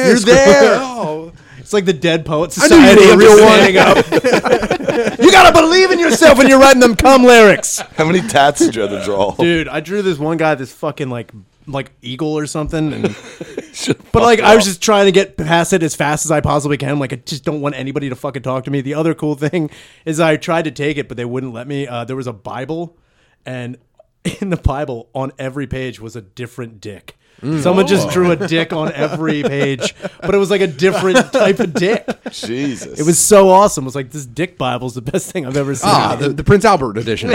yeah, yeah,
You're
Screw it.
there. Oh. It's like the Dead Poet
I knew
Society.
you were a
I'm just
real
saying.
one.
You gotta believe in yourself when you're writing them cum lyrics,
How many tats did you have to draw?
Oh.
dude. I drew this one guy, this fucking like like eagle or something, and But like, I was just trying to get past it as fast as I possibly can. Like, I just don't want anybody to fucking talk to me. The other cool thing is I tried to take it, but they wouldn't let me. Uh, there was a Bible, and in the Bible, on every page was a different dick.
Mm.
Someone
Oh.
just drew a dick on every page, but it was like a different type of dick.
Jesus.
It was so awesome. It was like this dick Bible's the best thing I've ever seen.
Ah, the, the Prince Albert edition.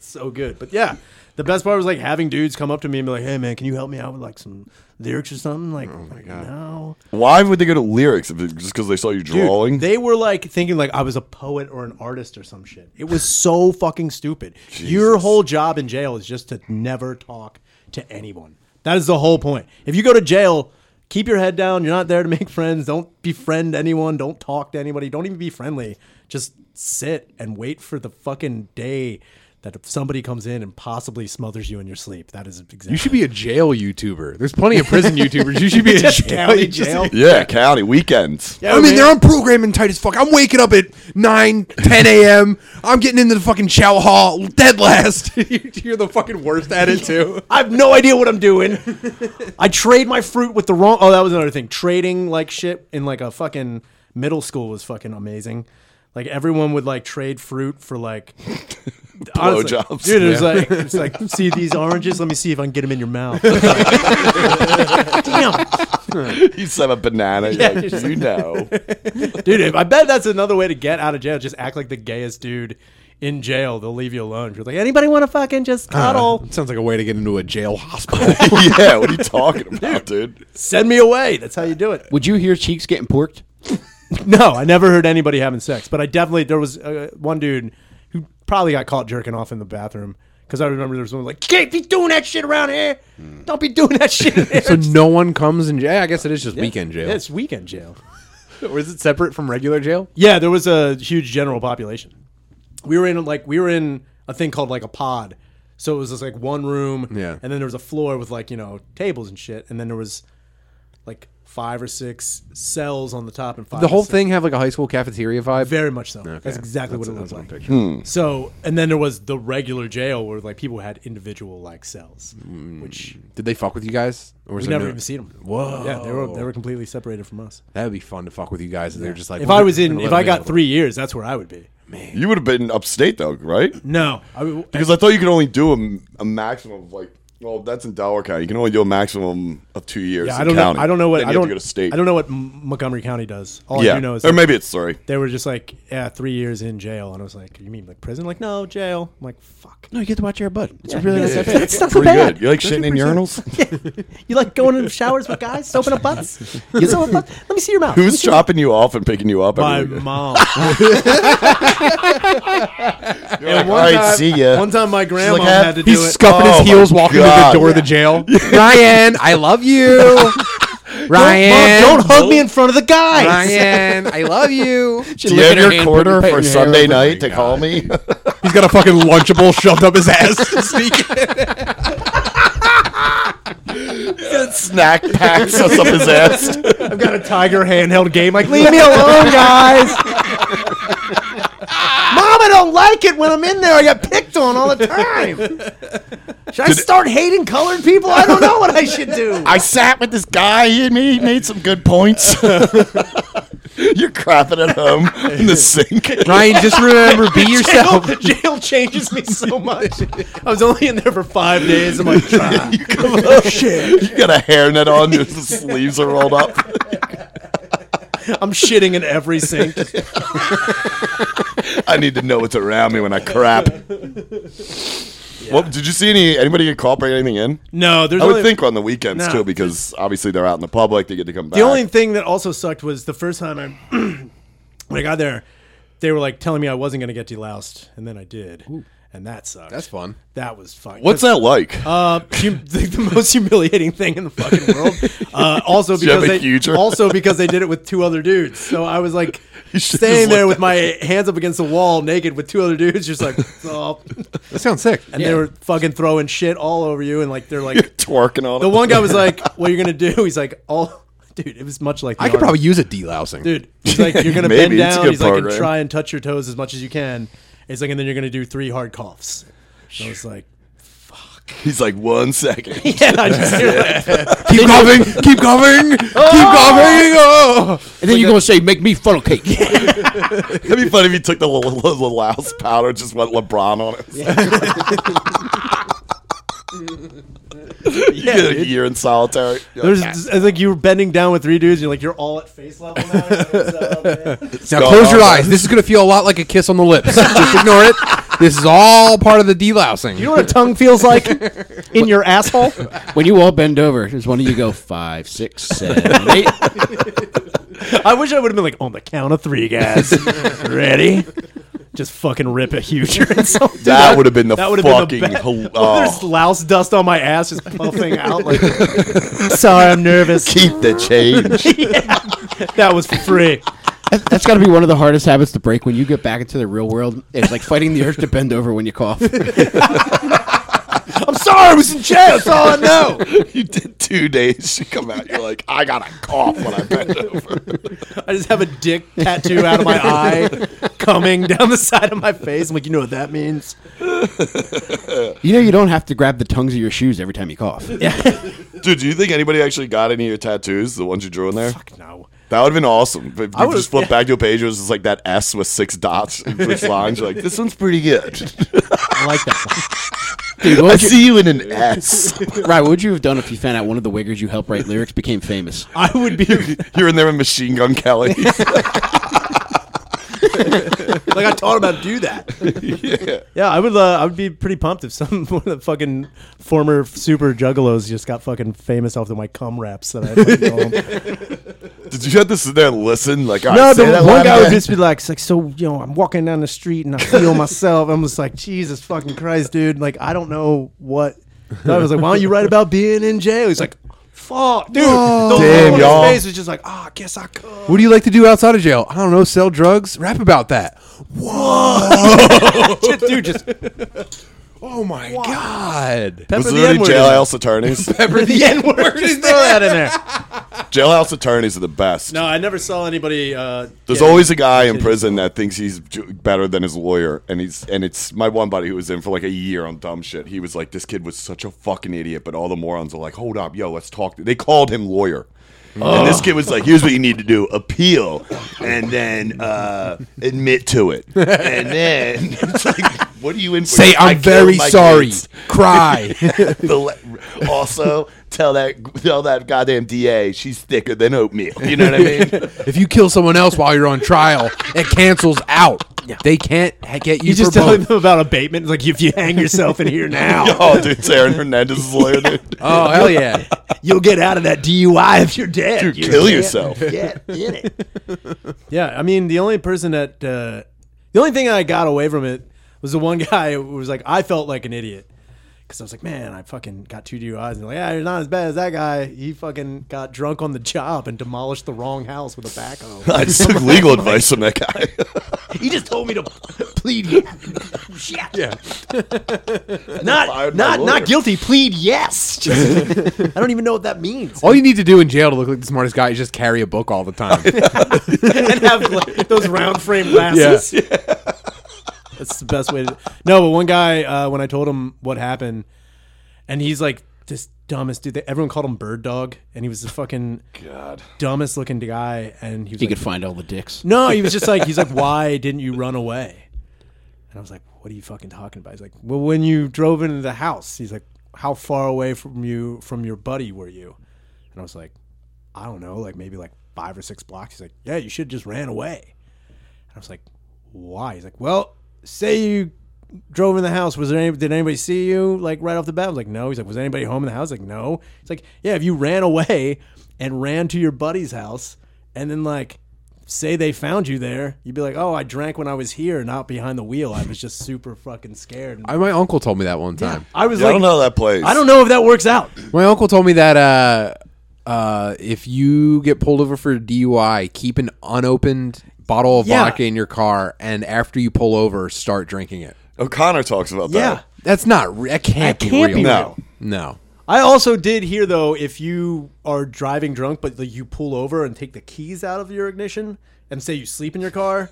so good. But yeah, the best part was like having dudes come up to me and be like, "Hey man, can you help me out with like some lyrics or something?" Like, oh my god, no.
Why would they go to lyrics if it, just because they saw you
Dude,
drawing?
They were like thinking like I was a poet or an artist or some shit. It was so fucking stupid. Your whole job in jail is just to never talk to anyone. That is the whole point. If you go to jail, keep your head down. You're not there to make friends. Don't befriend anyone. Don't talk to anybody. Don't even be friendly. Just sit and wait for the fucking day that somebody comes in and possibly smothers you in your sleep. That is exactly.
You should be a jail YouTuber. There's plenty of prison YouTubers. You should be a
Just
jail.
county
just-
jail.
Yeah, county weekends.
I mean, they're on program and tight as fuck. I'm waking up at 9, 10 a.m. I'm getting into the fucking chow hall dead last. You're the fucking worst at it, too.
I have no idea what I'm doing. I trade my fruit with the wrong. Oh, that was another thing. Trading like shit in like a fucking middle school was fucking amazing. Like everyone would like trade fruit for like honestly,
Blowjobs.
Dude, it was like it's like see these oranges. Let me see if I can get them in your mouth. Damn,
You just have a banana. You're like, you know.
dude. I bet that's another way to get out of jail. Just act like the gayest dude in jail. They'll leave you alone. You're like, anybody want to fucking just cuddle?
Sounds like a way to get into a jail hospital.
yeah, what are you talking about, dude?
Send me away. That's how you do it.
Would you hear cheeks getting porked?
No, I never heard anybody having sex, but I definitely there was uh, one dude who probably got caught jerking off in the bathroom because I remember there was someone like, "You "Can't be doing that shit around here. Don't be doing that shit." in here."
so no one comes in jail. I guess it is just weekend jail.
Yeah, it's weekend jail.
Or is it separate from regular jail?
Yeah, there was a huge general population. We were in like we were in a thing called like a pod, so it was just like one room,
Yeah.
and then there was a floor with like you know tables and shit, and then there was like five or six cells on the top and five.
The whole
or six-
thing have like a high school cafeteria vibe.
Very much so. That's exactly what it looks like.
Hmm.
So, and then there was the regular jail where like people had individual like cells,
Mm.
which
Did they fuck with you guys? Or was
we
there
never
no-
even seen them.
Whoa.
Yeah, they were they were completely separated from us.
That would be fun to fuck with you guys. And they're just like,
oh. If
"Well,
I
we're
was
gonna
in,
let
if
them
I got
in."
three years, that's where I would be.
You would have been upstate though, right?
No, I, would-
Because I thought you could only do a, a maximum of like, well, that's in Delaware County. You can only do a maximum of two years.
yeah,
in
I don't know.
county.
I don't know what
Then
I
you
don't.
have to go to state.
I don't know what M- Montgomery County does. All
yeah,
I do know is
or
that
maybe it's sorry.
they were just like, yeah, three years in jail, and I was like, you mean like prison? Like, no, jail. I'm like, fuck.
No, you get to watch your butt. It's really not that bad.
That's not so
Pretty
bad.
good. You like shitting in urinals?
You like going in showers with guys, soaping up butts? Soaping up butts? Let me see your mouth.
Who's dropping you off and picking you up?
My
every weekend?
mom.
You're like, All right, see ya.
One time, my grandma
like,
had to
"Happy
do
He's
it.
scuffing
Oh
his heels
my
walking through
God.
the door of the jail. Ryan, I love you.
Oh,
Ryan,
Mom, don't hug me in front of the guys.
Ryan, I love you.
Do you have your quarter for Sunday night to call me?
He's got a fucking lunchable shoved up his ass. Sneak
Snack packs us up his ass.
I've got a tiger handheld game. Like, leave me alone, guys. Mom, I don't like it when I'm in there. I got picked on all the time.
Should I start hating colored people? I don't know what I should do.
I sat with this guy. He made, made some good points. You're crapping at home in the sink.
Ryan, just remember, be yourself.
Jail, jail changes me so much. I was only in there for five days. I'm like, "Ah,
You got a hairnet on. Your sleeves are rolled up.
I'm shitting in every sink.
I need to know what's around me when I crap. Well, did you see any anybody get caught bringing anything in?
No, there's
I would
only-
think on the weekends
Nah.
too, because obviously they're out in the public. They get to come back.
The only thing that also sucked was the first time I when I got there, they were like telling me I wasn't going to get deloused, and then I did, and that sucked.
That's fun.
That was fun.
What's that like?
Uh, hum- the, the most humiliating thing in the fucking world. Uh, also
you have
because
a
they,
huger?
also because they did it with two other dudes. So I was like
You should
standing
just
there
look
with my hands up against the wall, naked, with two other dudes, just like, oh.
That sounds sick.
and they were fucking throwing shit all over you, and like they're like,
Twerking on
the
it.
one guy was like, "What are you gonna do?" He's like, "Oh, dude, it was much like the
I could
army."
probably use a delousing.
dude. He's like, you're gonna
Maybe,
bend
it's a
down.
good
He's like, and
program.
try and touch your toes as much as you can. He's like, and then you're gonna do three hard coughs. And I was like,
He's like one second.
yeah, I just hear like,
Keep coughing. Keep coughing. Keep coughing. Oh.
And then you're going to say, make me funnel cake.
It'd be funny if he took the little, little louse powder, and just went LeBron on it. you get a year in solitary. You're
There's,
like,
it's like you were bending down with three dudes. You're like, you're all at face level now. What's up, man?
Now
Go
close your
on.
eyes. This is gonna feel a lot like a kiss on the lips. Just ignore it. This is all part of the delousing.
You know what a tongue feels like in your asshole?
when you all bend over, there's one of you go, five, six, seven, eight.
I wish I would have been like on the count of three, guys. Ready? just fucking rip a huger and something.
That would have been the
That would have
fucking.
been the best.
hel-
Well, there's
oh,
louse dust on my ass, just puffing out. Like, sorry, I'm nervous.
keep the change.
That was for free.
That- That's got to be one of the hardest habits to break when you get back into the real world. It's like fighting the urge to bend over when you cough.
I'm sorry, I was in jail. That's all I know.
you did two days. You come out. You're like, I got to cough when I bend over.
I just have a dick tattoo out of my eye, coming down the side of my face. I'm like, you know what that means?
You know, you don't have to grab the tongues of your shoes every time you cough.
Dude, do you think anybody actually got any of your tattoos? The ones you drew in there?
No.
That would have been awesome. If you
would've-
just flip back to a page, it was just like that S with six dots and six lines. You're like, this one's pretty good.
I like that.
Dude, what
I
would you,
see you in an S.
right, what would you have done if you found out one of the Wiggers you helped write lyrics became famous?
I would be
You're in there with Machine Gun Kelly.
like, I taught him how to do that.
yeah.
Yeah, I would. Uh, I would be pretty pumped if some one of the fucking former super juggalos just got fucking famous off of my cum raps that I fucking know 'em.
Did you have to sit there and listen? Like, I
No,
say
the
that
one
line
guy would
again?
just be like, it's like, so you know, I'm walking down the street and I feel myself. I'm just like, Jesus fucking Christ, dude. Like, I don't know what. I was like, why don't you write about being in jail? He's like, fuck, dude. the
Oh. Damn,
look on
y'all.
His face was just like, ah, I guess I could.
What do you like to do outside of jail? I don't know. Sell drugs. Rap about that.
dude, just
Oh my god.
pepper
Was
the
there any
N word.
jailhouse attorneys?
Pepper the
N word. Just throw that in there.
jailhouse attorneys are the best.
No, I never saw anybody. Uh,
There's
get-
always a guy in prison that thinks he's ju- better than his lawyer, and he's and it's my one buddy who was in for like a year on dumb shit. He was like, "This kid was such a fucking idiot," but all the morons are like, "Hold up, yo, let's talk." They called him lawyer, and this kid was like, "Here's what you need to do: appeal, and then uh, admit to it, and then it's like, what are you in for?
Say
I
I'm
killed
very
my
sorry.
kids."
Cry.
The le- also, tell that tell that goddamn DA she's thicker than oatmeal. You know what I mean?
if you kill someone else while you're on trial, it cancels out. They can't ha- get you,
You
for
just telling
both.
them about abatement. It's like, if you hang yourself in here now,
Oh, dude, it's Aaron Hernandez's lawyer, dude.
Oh hell yeah!
you'll get out of that DUI if you're dead.
Dude,
You
kill
can't
yourself.
Get in it. Yeah, I mean, the only person that, uh, the only thing I got away from it was the one guy who was like, I felt like an idiot. Cause I was like, man, I fucking got two DUIs. And like, yeah, you're not as bad as that guy. He fucking got drunk on the job and demolished the wrong house with a backhoe.
I just took legal advice from that guy.
he just told me to plead yes. Shit. not
fired my
not
lawyer.
not guilty. Plead yes. Just- I don't even know what that means.
All you need to do in jail to look like the smartest guy is just carry a book all the time.
and have like, those round frame glasses. That's the best way to. No, but one guy, uh, when I told him what happened, and he's like this dumbest dude. They, everyone called him Bird Dog, and he was the fucking dumbest looking guy. And he was
You
like,
could find all the dicks.
no, he was just like, he's like, why didn't you run away? And I was like, what are you fucking talking about? He's like, well, when you drove into the house, he's like, how far away from you from your buddy were you? And I was like, I don't know, like maybe like five or six blocks. He's like, yeah, you should have just ran away. And I was like, why? He's like, well, say you drove in the house. Was there any? Did anybody see you like right off the bat? I was like, no. He's like, was anybody home in the house? Like, no. He's like, yeah. If you ran away and ran to your buddy's house, and then like say they found you there, you'd be like, oh, I drank when I was here, not behind the wheel. I was just super fucking scared. And
I, my uncle told me that one time.
I was
Yeah,
like,
I don't know that place.
I don't know if that works out.
My uncle told me that uh, uh, if you get pulled over for DUI, keep an unopened bottle of
Yeah.
vodka in your car, and after you pull over, start drinking it.
O'Connor talks about
Yeah.
that.
That's not. Re- that can't,
That can't
be real.
be
No. real.
no.
I also did hear though, if you are driving drunk, but like, you pull over and take the keys out of your ignition, and say you sleep in your car,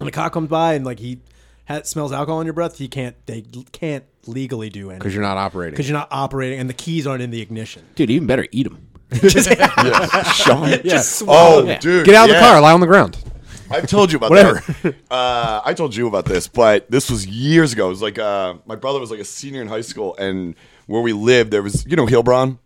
and a cop comes by and like he ha smells alcohol on your breath, he can't. They l- can't legally do anything
because you're not operating.
because you're not operating, and the keys aren't in the ignition.
Dude, even better, eat them.
Just swallow
Oh,
it.
dude.
Get out of
yeah.
the car, lie on the ground.
I've told you about
Whatever.
that. Uh, I told you about this, but this was years ago. It was like uh, my brother was like a senior in high school, and where we lived, there was you know Hillbron,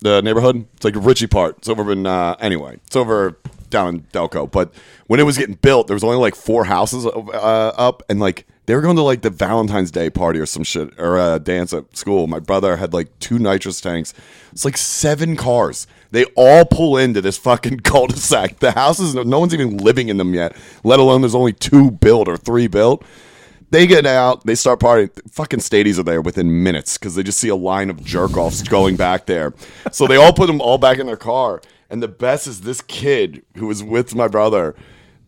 the neighborhood. It's like a Richie part. It's over in uh, anyway. It's over down in Delco. But when it was getting built, there was only like four houses uh, up, and like They were going to like the Valentine's Day party or some shit or a dance at school. My brother had like two nitrous tanks. It's like seven cars. They all pull into this fucking cul-de-sac. The houses, no one's even living in them yet. Let alone there's only two built or three built. They get out, they start partying. Fucking stadies are there within minutes because they just see a line of jerk offs going back there. So they all put them all back in their car. And the best is this kid who was with my brother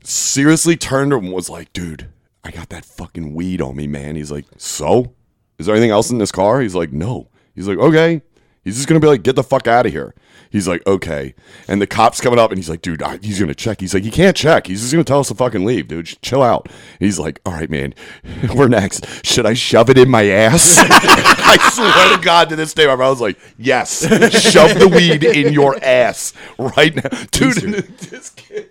seriously turned to him and was like, dude, I got that fucking weed on me, man. He's like, so? Is there anything else in this car? He's like, no. He's like, okay. He's just gonna be like, get the fuck out of here. He's like, okay. And the cop's coming up and he's like, dude, I, he's gonna check. He's like, he can't check. He's just gonna tell us to fucking leave, dude. Just chill out. He's like, all right, man, we're next. Should I shove it in my ass? I swear to God, to this day, my brother's like, yes, shove the weed in your ass right now. Dude, this kid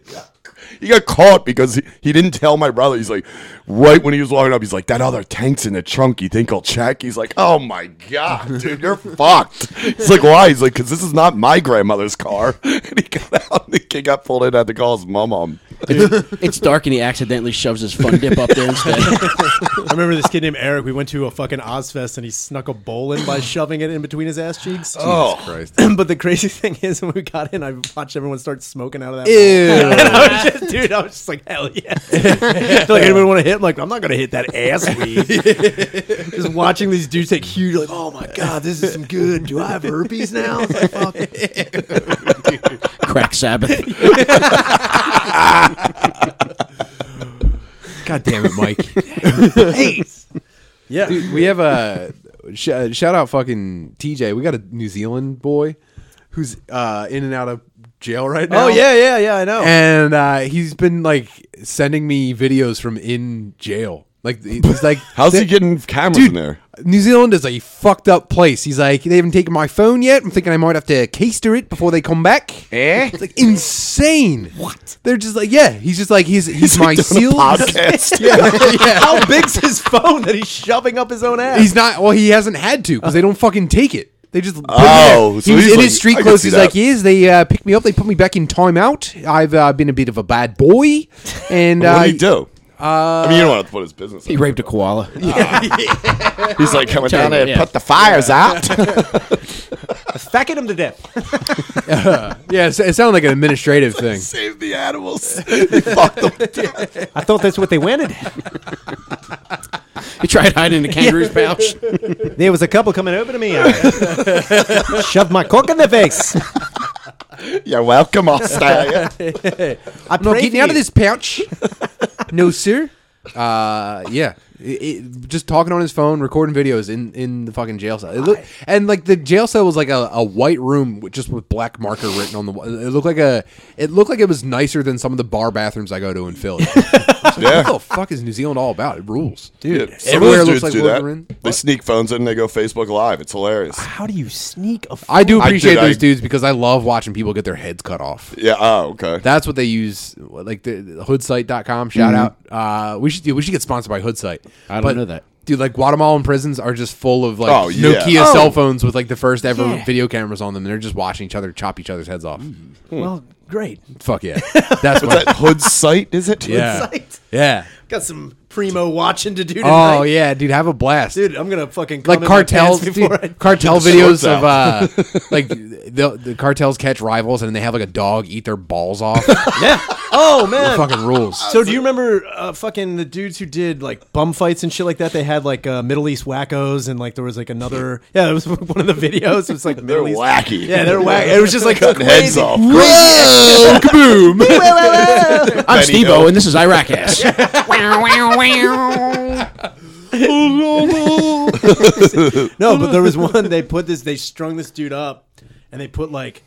he got caught because he, he didn't tell my brother. He's like, right when he was walking up, he's like, that other tank's in the trunk. You think I'll check? He's like, oh my God, dude, you're fucked. It's like, why? He's like, because this is not my grandmother's car. And he got out and the kid got pulled in, had to call his mom on.
It's dark and he accidentally shoves his fun dip up there instead.
I remember this kid named Eric. We went to a fucking Ozfest and he snuck a bowl in by shoving it in between his ass cheeks.
Oh,
Christ.
but the crazy thing is, when we got in, I watched everyone start smoking out of that.
Ew.
bowl. I was just- dude, I was just like, hell yeah! like anyone want to hit? I'm like, I'm not gonna hit that ass weed. just watching these dudes take huge, like, oh my god, this is some good. Do I have herpes now? It's like, fuck.
Crack Sabbath.
God damn it, Mike.
Yeah,
Dude, we have a sh- uh, shout out fucking TJ. We got a New Zealand boy who's uh, in and out of jail right now.
Oh yeah, yeah, yeah. I know.
And uh, he's been like sending me videos from in jail. Like he's like
how's he getting cameras in there?
New Zealand is a fucked up place. He's like, they haven't taken my phone yet. I'm thinking I might have to keister it before they come back.
Eh?
It's like insane. What? They're just like, yeah. He's just like, he's he's, my
Doing a
seal.
podcast.
How big's his phone that he's shoving up his own ass?
He's not. Well, he hasn't had to because they don't fucking take it. They just put
Oh,
him there.
so
he was
he's
in
like,
his street
I can
clothes.
see
He's
that.
like, yes, they uh, picked me up. They put me back in timeout. I've uh, been a bit of a bad boy, and uh,
What do he do? I mean, you don't want to put his business.
He
out.
raped a koala.
He's like coming down there,
Yeah.
and put the fires out.
Fucking him to death.
yeah, it it sounded like an administrative thing.
Save the animals. He fucked them.
I thought that's what they wanted.
He tried hiding in a kangaroo's pouch.
There was a couple coming over to me. I shoved my cock in their face.
You're welcome, Australia.
I'm
No, getting out of this pouch. no, sir. Uh, yeah, It- it- just talking on his phone, recording videos in in the fucking jail cell. It look, and like the jail cell was like a, a white room with, just with black marker written on the wall. It looked like a it looked like it was nicer than some of the bar bathrooms I go to in Philly.
yeah.
What the fuck is New Zealand all about? It rules, dude.
Yeah, some of
everywhere
those
looks
dudes
like
do that.
Wolverine.
They sneak phones in and they go Facebook Live. It's hilarious.
How do you sneak a? F-
I do
I-
appreciate
dude, I-
those dudes because I love watching people get their heads cut off.
Yeah. Oh, okay.
That's what they use, like the, the hoodsite.com. Shout out. Uh, we should do, we should get sponsored by Hoodsite.
I don't know that.
Dude, like Guatemalan prisons are just full of like
Oh, yeah.
Nokia
Oh.
cell phones with like the first ever video cameras on them. And they're just watching each other chop each other's heads off.
well, great.
Fuck yeah. That's what.
that hood site is it?
Yeah.
Sight.
Yeah.
Got some primo watching to do tonight.
Oh, yeah, dude. Have a blast.
Dude, I'm gonna fucking come
like
in my
cartels,
pants before
dude,
I-
cartel
Get the
videos
shorts
of uh, like the, the cartels catch rivals and they have like a dog eat their balls off.
yeah. Oh man.
Uh,
fucking rules.
So do you remember uh, fucking the dudes who did like bum fights and shit like that? They had like uh, Middle East wackos and like there was like another yeah, it was one of the videos. It was like
They're
Middle East.
wacky.
Yeah, they're wack. It was just like
Cutting heads
crazy.
off.
Whoa, kaboom!
I'm
Benny
Steve
Hill.
and this is Iraq ass.
No, but there was one. They put this. They strung this dude up, and they put like,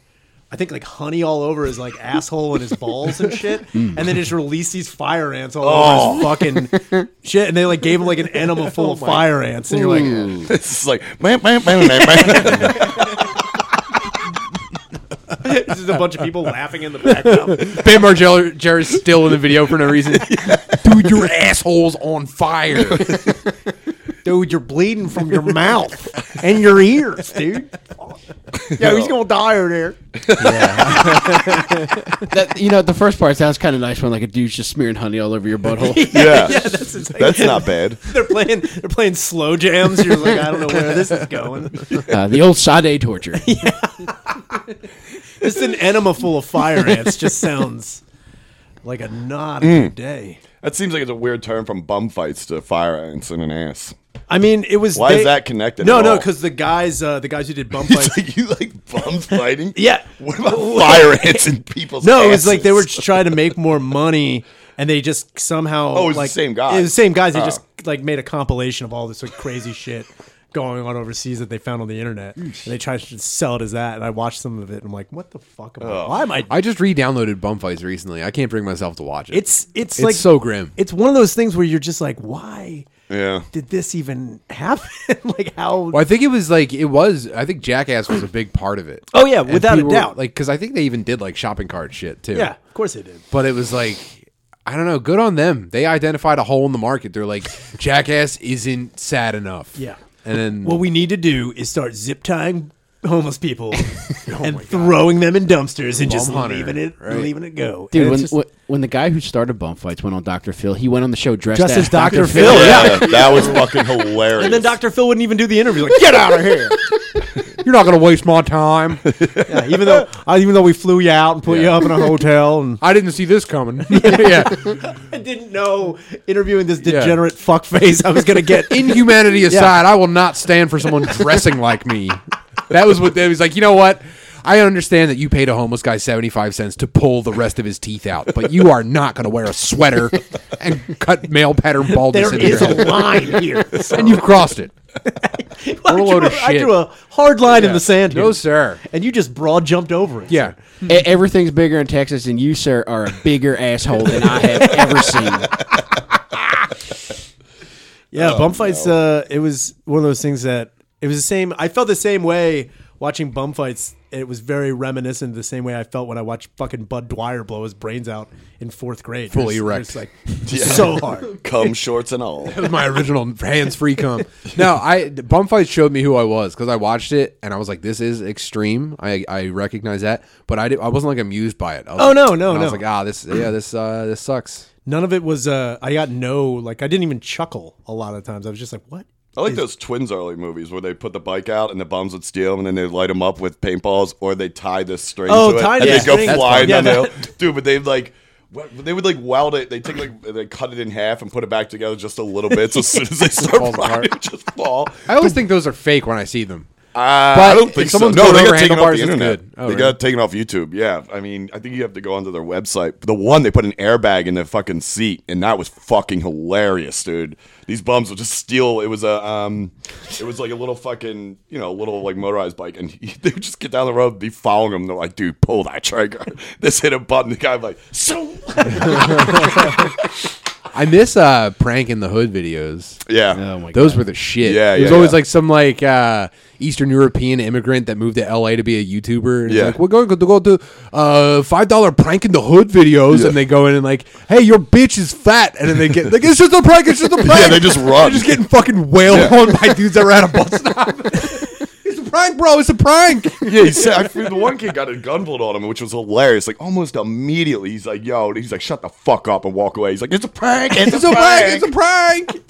I think like honey all over his like asshole and his balls and shit,
Hmm.
and then just released these fire ants all
Oh.
over his fucking shit, and they like gave him like an enema full of fire ants, and you're like,
It's just like bam, bam, bam, bam, bam.
this is a bunch of people laughing in the background.
Bam Margera Jerry's still in the video for no reason. Dude, your asshole's on fire.
Dude, you're bleeding from your mouth and your ears, dude. yeah, he's gonna die over there.
That you know, the first part sounds kind of nice when like a dude's just smearing honey all over your butthole.
Yeah.
yeah, that's exactly.
That's not bad.
they're playing. They're playing slow jams. You're like, I don't know where this is going.
uh, the old Sade torture.
Just an enema full of fire ants just sounds like a not a
Mm.
good day.
That seems like it's a weird turn from bum fights to fire ants in an ass.
I mean, it was.
Why is that connected
No,
at
no,
all?
because the guys, uh, the guys who did bump
It's
fights.
like you like bum fighting.
yeah.
What about fire ants in people's?
No, it was like they were
asses?
just trying to make more money, and they just somehow.
Oh, it was the
like,
same guys.
It was the same guys. They
Oh.
just like made a compilation of all this like crazy shit going on overseas that they found on the internet, and they tried to sell it as that. And I watched some of it, and I'm like, what the fuck? Am I, why am I?
I just re-downloaded Bum Fights recently. I can't bring myself to watch it.
It's it's
It's
like
so grim.
It's one of those things where you're just like, why
Yeah.
did this even happen? like how?
Well, I think it was like it was. I think Jackass was a big part of it.
Oh, yeah,
And
without a
people were-
doubt.
Like because I think they even did like shopping cart shit too.
yeah, of course they did.
but it was like I don't know. Good on them. They identified a hole in the market. They're like Jackass isn't sad enough.
Yeah.
and then
What we need to do is start zip tying homeless people and throwing them in dumpsters and just
Bum hunter,
leaving it,
right.
leaving it go.
Dude,
And
when,
it's
when when the guy who started bump fights went on Dr. Phil, he went on the show dressed
Just as Dr. Phil,
Yeah, that was fucking hilarious.
and then Dr. Phil wouldn't even do the interview. Like, get out of here!
you're not gonna waste my time.
yeah, even though, uh, even though we flew you out and put you
Yeah.
up in a hotel, and
I didn't see this coming. yeah,
I didn't know interviewing this degenerate fuckface, I was gonna get.
inhumanity aside, I will not stand for someone dressing like me. That was what they was like. You know what? I understand that you paid a homeless guy seventy five cents to pull the rest of his teeth out, but you are not going to wear a sweater and cut male pattern baldness
There
into your
is a
head.
line here.
and you've crossed it.
I,
a load
drew,
of
I
shit.
drew a hard line in the sand here,
No, sir.
and you just broad jumped over it.
Yeah,
E- Everything's bigger in Texas, and you, sir, are a bigger asshole than I have ever seen.
Yeah,
Oh,
bum fights. Uh, it was one of those things that it was the same. I felt the same way watching bum fights. It was very reminiscent of the same way I felt when I watched fucking Bud Dwyer blow his brains out in fourth grade.
Fully
You're
erect.
just- you're just like so hard.
cum shorts and all.
That was my original hands free cum. No, I bum fight showed me who I was because I watched it and I was like, this is extreme. I, I recognize that, but I did, I wasn't like amused by it. I was
Oh,
like-
no, no,
and I was
no.
like, ah, this yeah, this uh, this sucks.
None of it was. Uh, I got no. Like I didn't even chuckle a lot of times. I was just like, what?
I like those Twins early movies where they put the bike out and the bums would steal them and then they light them up with paintballs or they tie the string
Oh,
to it
tie
and
the
they go
string. That's
flying
fun.
down
Yeah,
the hill. Dude, but they'd like, what- they would like weld it. They take like they cut it in half and put it back together just a little bit. So as soon as they start
falls
flying,
apart.
it just fall.
I always think those are fake when I see them.
Uh,
But
I don't
if
think so.
someone's
No,
going
they
over
got taken off
handlebars,
the
it's
internet.
good. Oh,
they
really?
got taken off YouTube. Yeah, I mean, I think you have to go onto their website. The one they put an airbag in the fucking seat, and that was fucking hilarious, dude. These bums would just steal. It was a, um, it was like a little fucking, you know, little like motorized bike, and he, they would just get down the road, be following them. They're like, dude, pull that trigger. this hit a button. The guy like, so
I miss uh, prank in the hood videos.
yeah.
Those were the shit.
Yeah,
it was
yeah,
always
yeah.
like some like uh, Eastern European immigrant that moved to L.A. to be a YouTuber. And it's
Yeah.
like we're going to go do uh, five dollar prank in the hood videos, and they go in and like, hey, your bitch is fat, and then they get like, it's just a prank, it's just a prank.
Yeah, they just run.
They're just getting fucking wailed
Yeah.
on by dudes that were at a bus stop. it's a prank, bro. It's a prank.
Yeah, he said, I feel the one kid got a gun pulled on him, which was hilarious. Like almost immediately, he's like, "Yo," he's like, "Shut the fuck up and walk away." He's like, "It's a prank! It's,
It's a prank. It's a prank.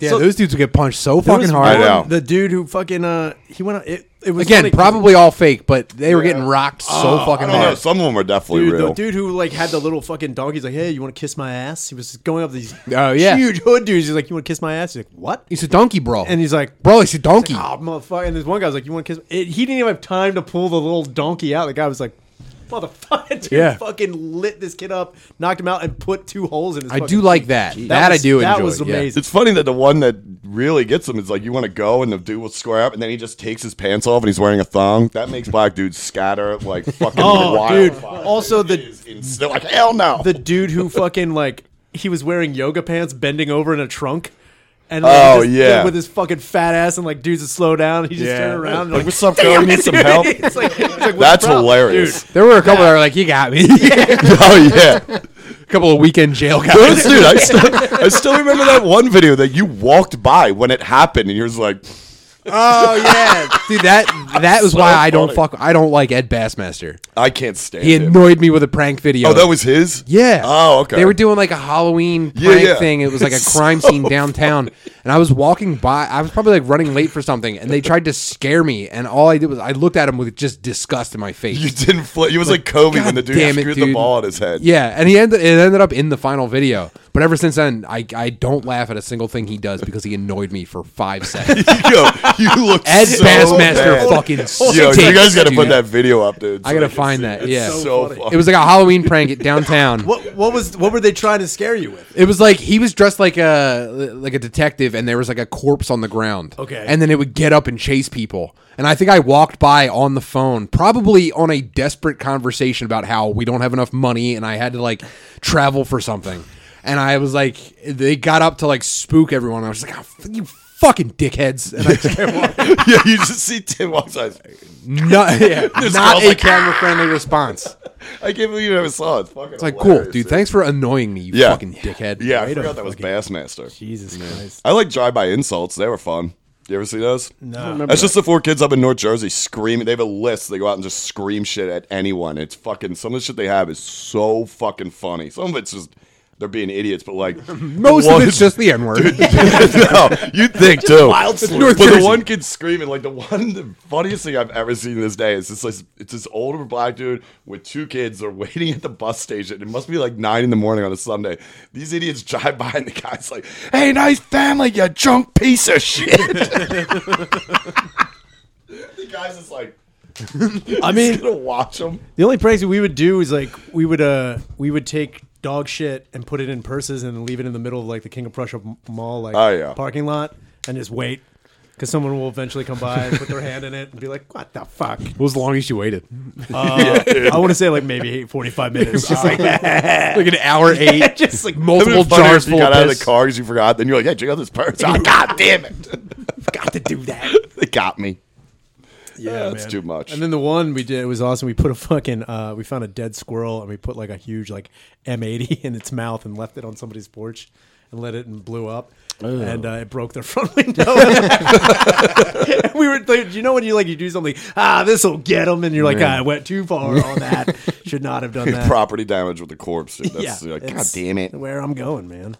Yeah,
So-
those dudes would get punched so
There was
fucking hard.
I know.
one- The dude who fucking uh, he went. on- It, it was
Again,
funny 'cause-
probably all fake, but they were getting rocked so fucking
Uh, I don't know.
hard.
Some of them are definitely
Dude,
real.
the dude who like had the little fucking dog, he's like, "Hey, you want to kiss my ass?" He was going up to these
Oh, yeah.
huge hood dudes. He's like, "You want to kiss my ass?" He's like, "What?"
He's a donkey, bro.
And he's like,
bro, he's a donkey.
"Oh, motherfucker!" And this one guy's like, "You want to kiss?" It, he didn't even have time to pull the little donkey out. The guy was like, "Motherfucker!" Dude,
Yeah.
fucking lit this kid up, knocked him out, and put two holes in his.
I
fucking
do
feet.
like that. That, I
was-
do enjoy.
That was
yeah.
amazing.
it's funny that the one that really gets him is like, "You want to go?" and the dude will square up, and then he just takes his pants off and he's wearing a thong. That makes black dudes scatter like fucking
Oh,
wild.
dude. Also, the-
they're like, "Hell no!"
The dude who fucking like he was wearing yoga pants, bending over in a trunk. And like,
Oh,
just-
yeah.
with his fucking fat ass and like dudes would slow down. He just
Yeah.
turned around. And,
like,
like,
what's up, girl? You need some help?
It's like, it's like, what's
That's
the problem?
hilarious.
There were a couple that were like, "You got me." a
oh yeah.
couple of weekend jail guys.
Those, dude, I still, I still remember that one video that you walked by when it happened, and you're just like,
Oh yeah, dude. That that was
So
why I don't
funny.
fuck. I don't like Ed Bassmaster.
I can't stand
He
him.
annoyed me with a prank video.
oh, that was his.
yeah.
Oh, okay.
They were doing like a Halloween
Yeah,
prank
yeah.
thing. It was like a
It's
crime
so
scene downtown, and I was walking by. I was probably like running late for something, and they tried to scare me. And all I did was I looked at him with just disgust in my face.
You didn't flip. It was like Kobe when the
God
dude
damn it,
screwed
dude.
the ball on his head.
Yeah, and he ended. It ended up in the final video. But ever since then, I I don't laugh at a single thing he does because he annoyed me for five seconds.
Yo, you look
Ed
so
Bassmaster
bad.
fucking.
Yo,
stinks,
you guys got to put
dude.
that video up, dude. so
I gotta
can
find
see
that,
It's
yeah.
so
It
funny.
It was like a Halloween prank at downtown.
What what was what were they trying to scare you with?
It was like he was dressed like a like a detective, and there was like a corpse on the ground.
Okay.
and then it would get up and chase people. And I think I walked by on the phone, probably on a desperate conversation about how we don't have enough money, and I had to like travel for something. And I was like, they got up to like spook everyone. I was like, oh, you fucking dickheads! And I just
yeah, you just see Tim walks out.
not, yeah,
This
not
girl's
a
like,
camera friendly response.
I can't believe you never saw it. It's fucking
It's like,
hilarious,
cool, dude. Thanks for annoying me, you
Yeah.
fucking dickhead.
Yeah, I
Right
forgot
on
that was
fucking-
Bassmaster.
Jesus Christ.
I like drive-by insults. They were fun. You ever see those?
No.
That's just the four kids up in North Jersey screaming. They have a list. They go out and just scream shit at anyone. It's fucking some of the shit they have is so fucking funny. Some of it's just they're being idiots, but like
Most
the
of
one-
it's just the N word.
no, you think too.
wild
but
North
the
Jersey.
one kid screaming, like the one, the funniest thing I've ever seen this day is this. Like, it's this older black dude with two kids. They're waiting at the bus station. It must be like nine in the morning on a Sunday. These idiots drive by and the guy's like, "Hey, nice family, you drunk piece of shit." the guy's just like,
I
"He's
mean,
gonna watch him."
the only pranks
So we would do is like we would uh we would take dog shit and put it in purses and leave it in the middle of like the King of Prussia m- mall like
Oh, yeah.
parking lot and just wait because someone will eventually come by and put their hand in it and be like, "What the fuck?"
was the longest you waited?
Uh, I want to say like maybe forty-five minutes. Just like
like an hour eight, just like
Would've
multiple
been funnier
jars
if you
full of
got out of
piss.
the car because you forgot. Then you're like, "Hey, check out this purse." oh, God damn it!
Got to do that.
they got me.
yeah,
That's
man.
too much.
And then the one we did it was awesome. We put a fucking uh, we found a dead squirrel and we put like a huge like M80 in its mouth and left it on somebody's porch and let it and blew up. And uh, it broke their front window. And we were, like, you know, when you like you do something, ah, this will get them, and you're like, ah, I went too far on that. Should not have done that.
property damage with the corpse. Dude. That's
yeah,
like, God
it's
damn it.
Where I'm going, man.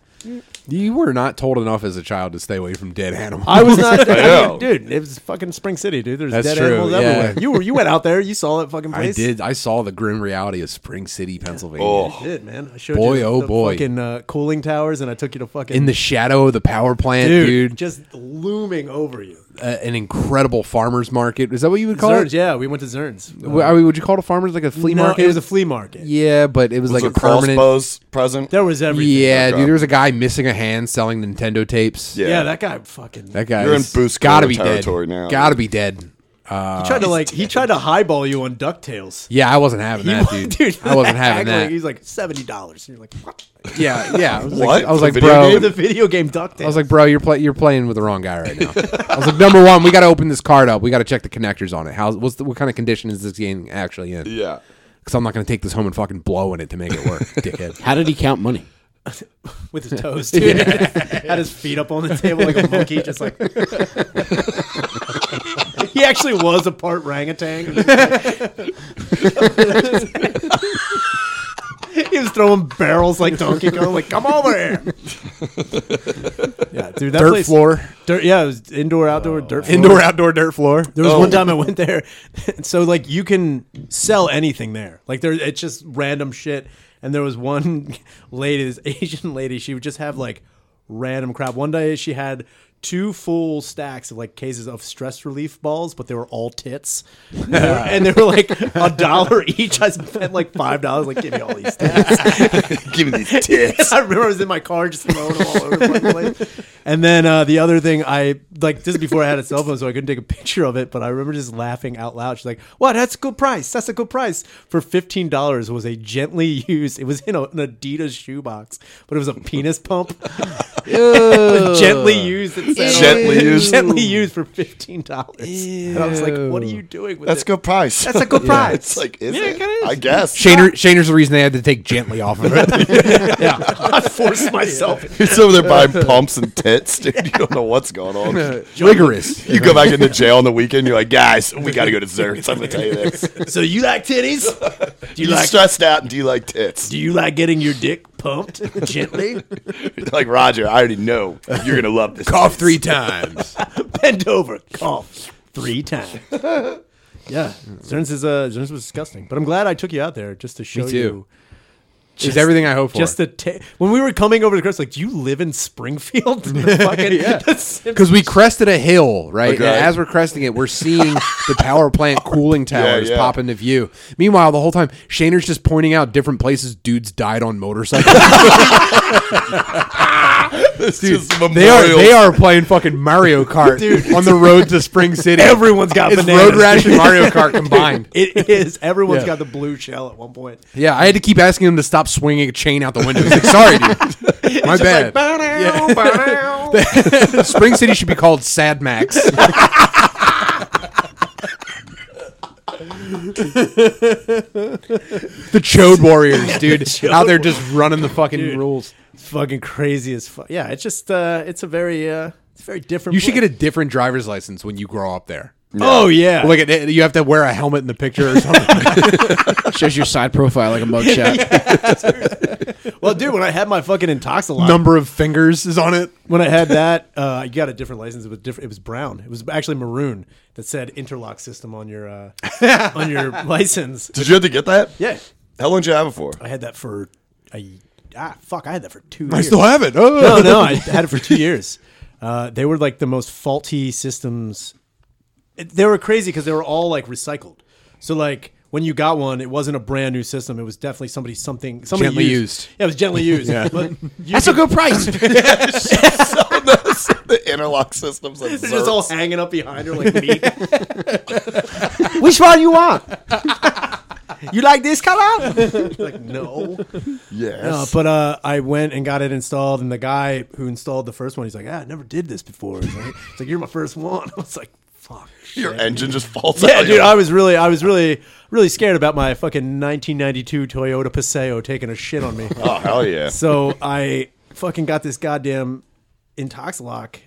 You were not told enough as a child to stay away from dead animals.
I was not,
I know.
dude. It was fucking Spring City, dude. There's
That's
dead
true,
animals
yeah.
everywhere. You were, you went out there, you saw that fucking
I
place.
did. I saw the grim reality of Spring City, Pennsylvania.
Oh,
did, man. I showed
Boy,
you the,
oh
the
boy.
fucking uh, cooling towers, and I took you to fucking
In the shadow of the power plant, dude.
just looming over you.
A- an incredible farmers market. Is that what you would call
Zerns,
it?
yeah, we went to Zerns.
W- I mean, would you call it a farmer's like a flea
No,
market?
It was a flea market.
yeah, but it was,
was
like
a
a permanent.
crossbows present.
There was everything.
Yeah,
Okay.
dude. There was a guy missing a hand selling Nintendo tapes.
Yeah.
yeah, that guy fucking.
that guy.
You're in
is-
Boost
Gotta
Cooler
be dead.
territory now.
Gotta be dead.
he tried to like. He tried to highball you on Ducktales.
Yeah, I wasn't having that, dude. I wasn't having that.
He's like seventy dollars. You're like, what?
Yeah, yeah. I was
What?
Like, I was
For
like,
video
bro.
game?
The video game Ducktales.
I was like, bro, you're play- you're playing with the wrong guy right now. I was like, number one, we got to open this card up. We got to check the connectors on it. How what's the, what kind of condition is this game actually in? Because
Yeah.
I'm not going to take this home and fucking blow in it to make it work, dickhead.
How did he count money?
with his toes, dude. Had his feet up on the table like a monkey, just like. he actually was a part orangutan. he was throwing barrels like Donkey Kong, like "Come over here!" yeah, dude, that
Dirt
place,
floor, Oh.
dirt, yeah, it was indoor, outdoor, dirt, floor.
indoor, outdoor, dirt floor. Oh.
There was one time I went there, so like you can sell anything there. Like there, it's just random shit. And there was one lady, this Asian lady, she would just have like random crap. One day she had two full stacks of like cases of stress relief balls, but they were all tits, and they were like a dollar each. I spent like five dollars. Like give me all these tits.
Give me these tits.
I remember I was in my car just throwing them all over the fucking place. And then uh, the other thing, I like this is before I had a cell phone, so I couldn't take a picture of it. But I remember just laughing out loud. She's like, "Wow, that's a good price. That's a good price for fifteen dollars." Was a gently used. It was in a, an Adidas shoebox, but it was a penis pump. gently used. It said on it.
Gently used?
Gently used for fifteen dollars. And I was like, "What are you doing with
That's a
it?"
good price.
That's a good price.
It's like, is
Yeah,
it?
it is.
I guess.
Shaner, Shaner's the reason they had to take gently off of it.
I
force myself. He's over there buying pumps and tits, dude. You don't know what's going on.
Rigorous.
You go back into jail on the weekend. You're like, guys, we got to go to Zurich. I'm gonna tell you this.
So you like titties? Do you
You
like
stressed out and do you like tits?
do you like getting your dick pumped gently?
like Roger, I already know you're gonna love this.
Cough three times.
Bend over, cough three times.
Yeah, Zerns is uh, Zerns was disgusting, but I'm glad I took you out there just to show
too.
you.
It's everything I hope for.
Just the ta- when we were coming over to Chris, like, do you live in Springfield? The fucking,
because we crested a hill, right?
Okay.
And as we're cresting it, we're seeing the power plant cooling towers
yeah.
pop into view. Meanwhile, the whole time, Shaner's just pointing out different places dudes died on motorcycles.
It's just
they are
memorials.
they are playing fucking Mario Kart on the road to Spring City.
Everyone's got
it's
bananas.
Road Rash and Mario Kart combined.
It is. Everyone's
Yeah.
got the blue shell at one point.
Yeah, I had to keep asking him to stop swinging a chain out the window. He's like, Sorry, dude. My bad. Spring City should be called Sad Max. the Chode Warriors, dude, out there just running the fucking rules.
It's fucking crazy as fuck. Yeah, it's just uh, it's a very uh, it's a very different.
You should get a different driver's license when you grow up there.
Oh yeah,
Like it- you have to wear a helmet in the picture or something.
Shows your side profile like a mugshot.
well, dude, when I had my fucking intoxilon,
Number of fingers is on it.
when I had that, uh, I got a different license. It was different. It was brown. It was actually maroon that said interlock system on your uh, on your license.
Did you have to get that?
Yeah,
How long did you have it for?
I had that for a ah fuck. I had that for two.
I
years.
still have it. Oh.
no, no, I had it for two years. Uh, they were like the most faulty systems. It- They were crazy because they were all like recycled. So like when you got one, it wasn't a brand new system. It was definitely somebody something somebody
Gently used.
Yeah, it was gently used. But you
That's a good price.
the interlock systems. Like
they're just all hanging up behind her like meat.
Which one you want? you like this color?
like no.
yes.
No, but uh, I went and got it installed, and the guy who installed the first one, he's like, ah, I never did this before. He's like, he's like, you're my first one. I was like, fuck.
Your engine just falls
Yeah,
oh,
out.
dude, I was really, I was really, really scared about my fucking 1992 Toyota Paseo taking a shit on me.
oh hell yeah!
so I fucking got this goddamn Intoxilock,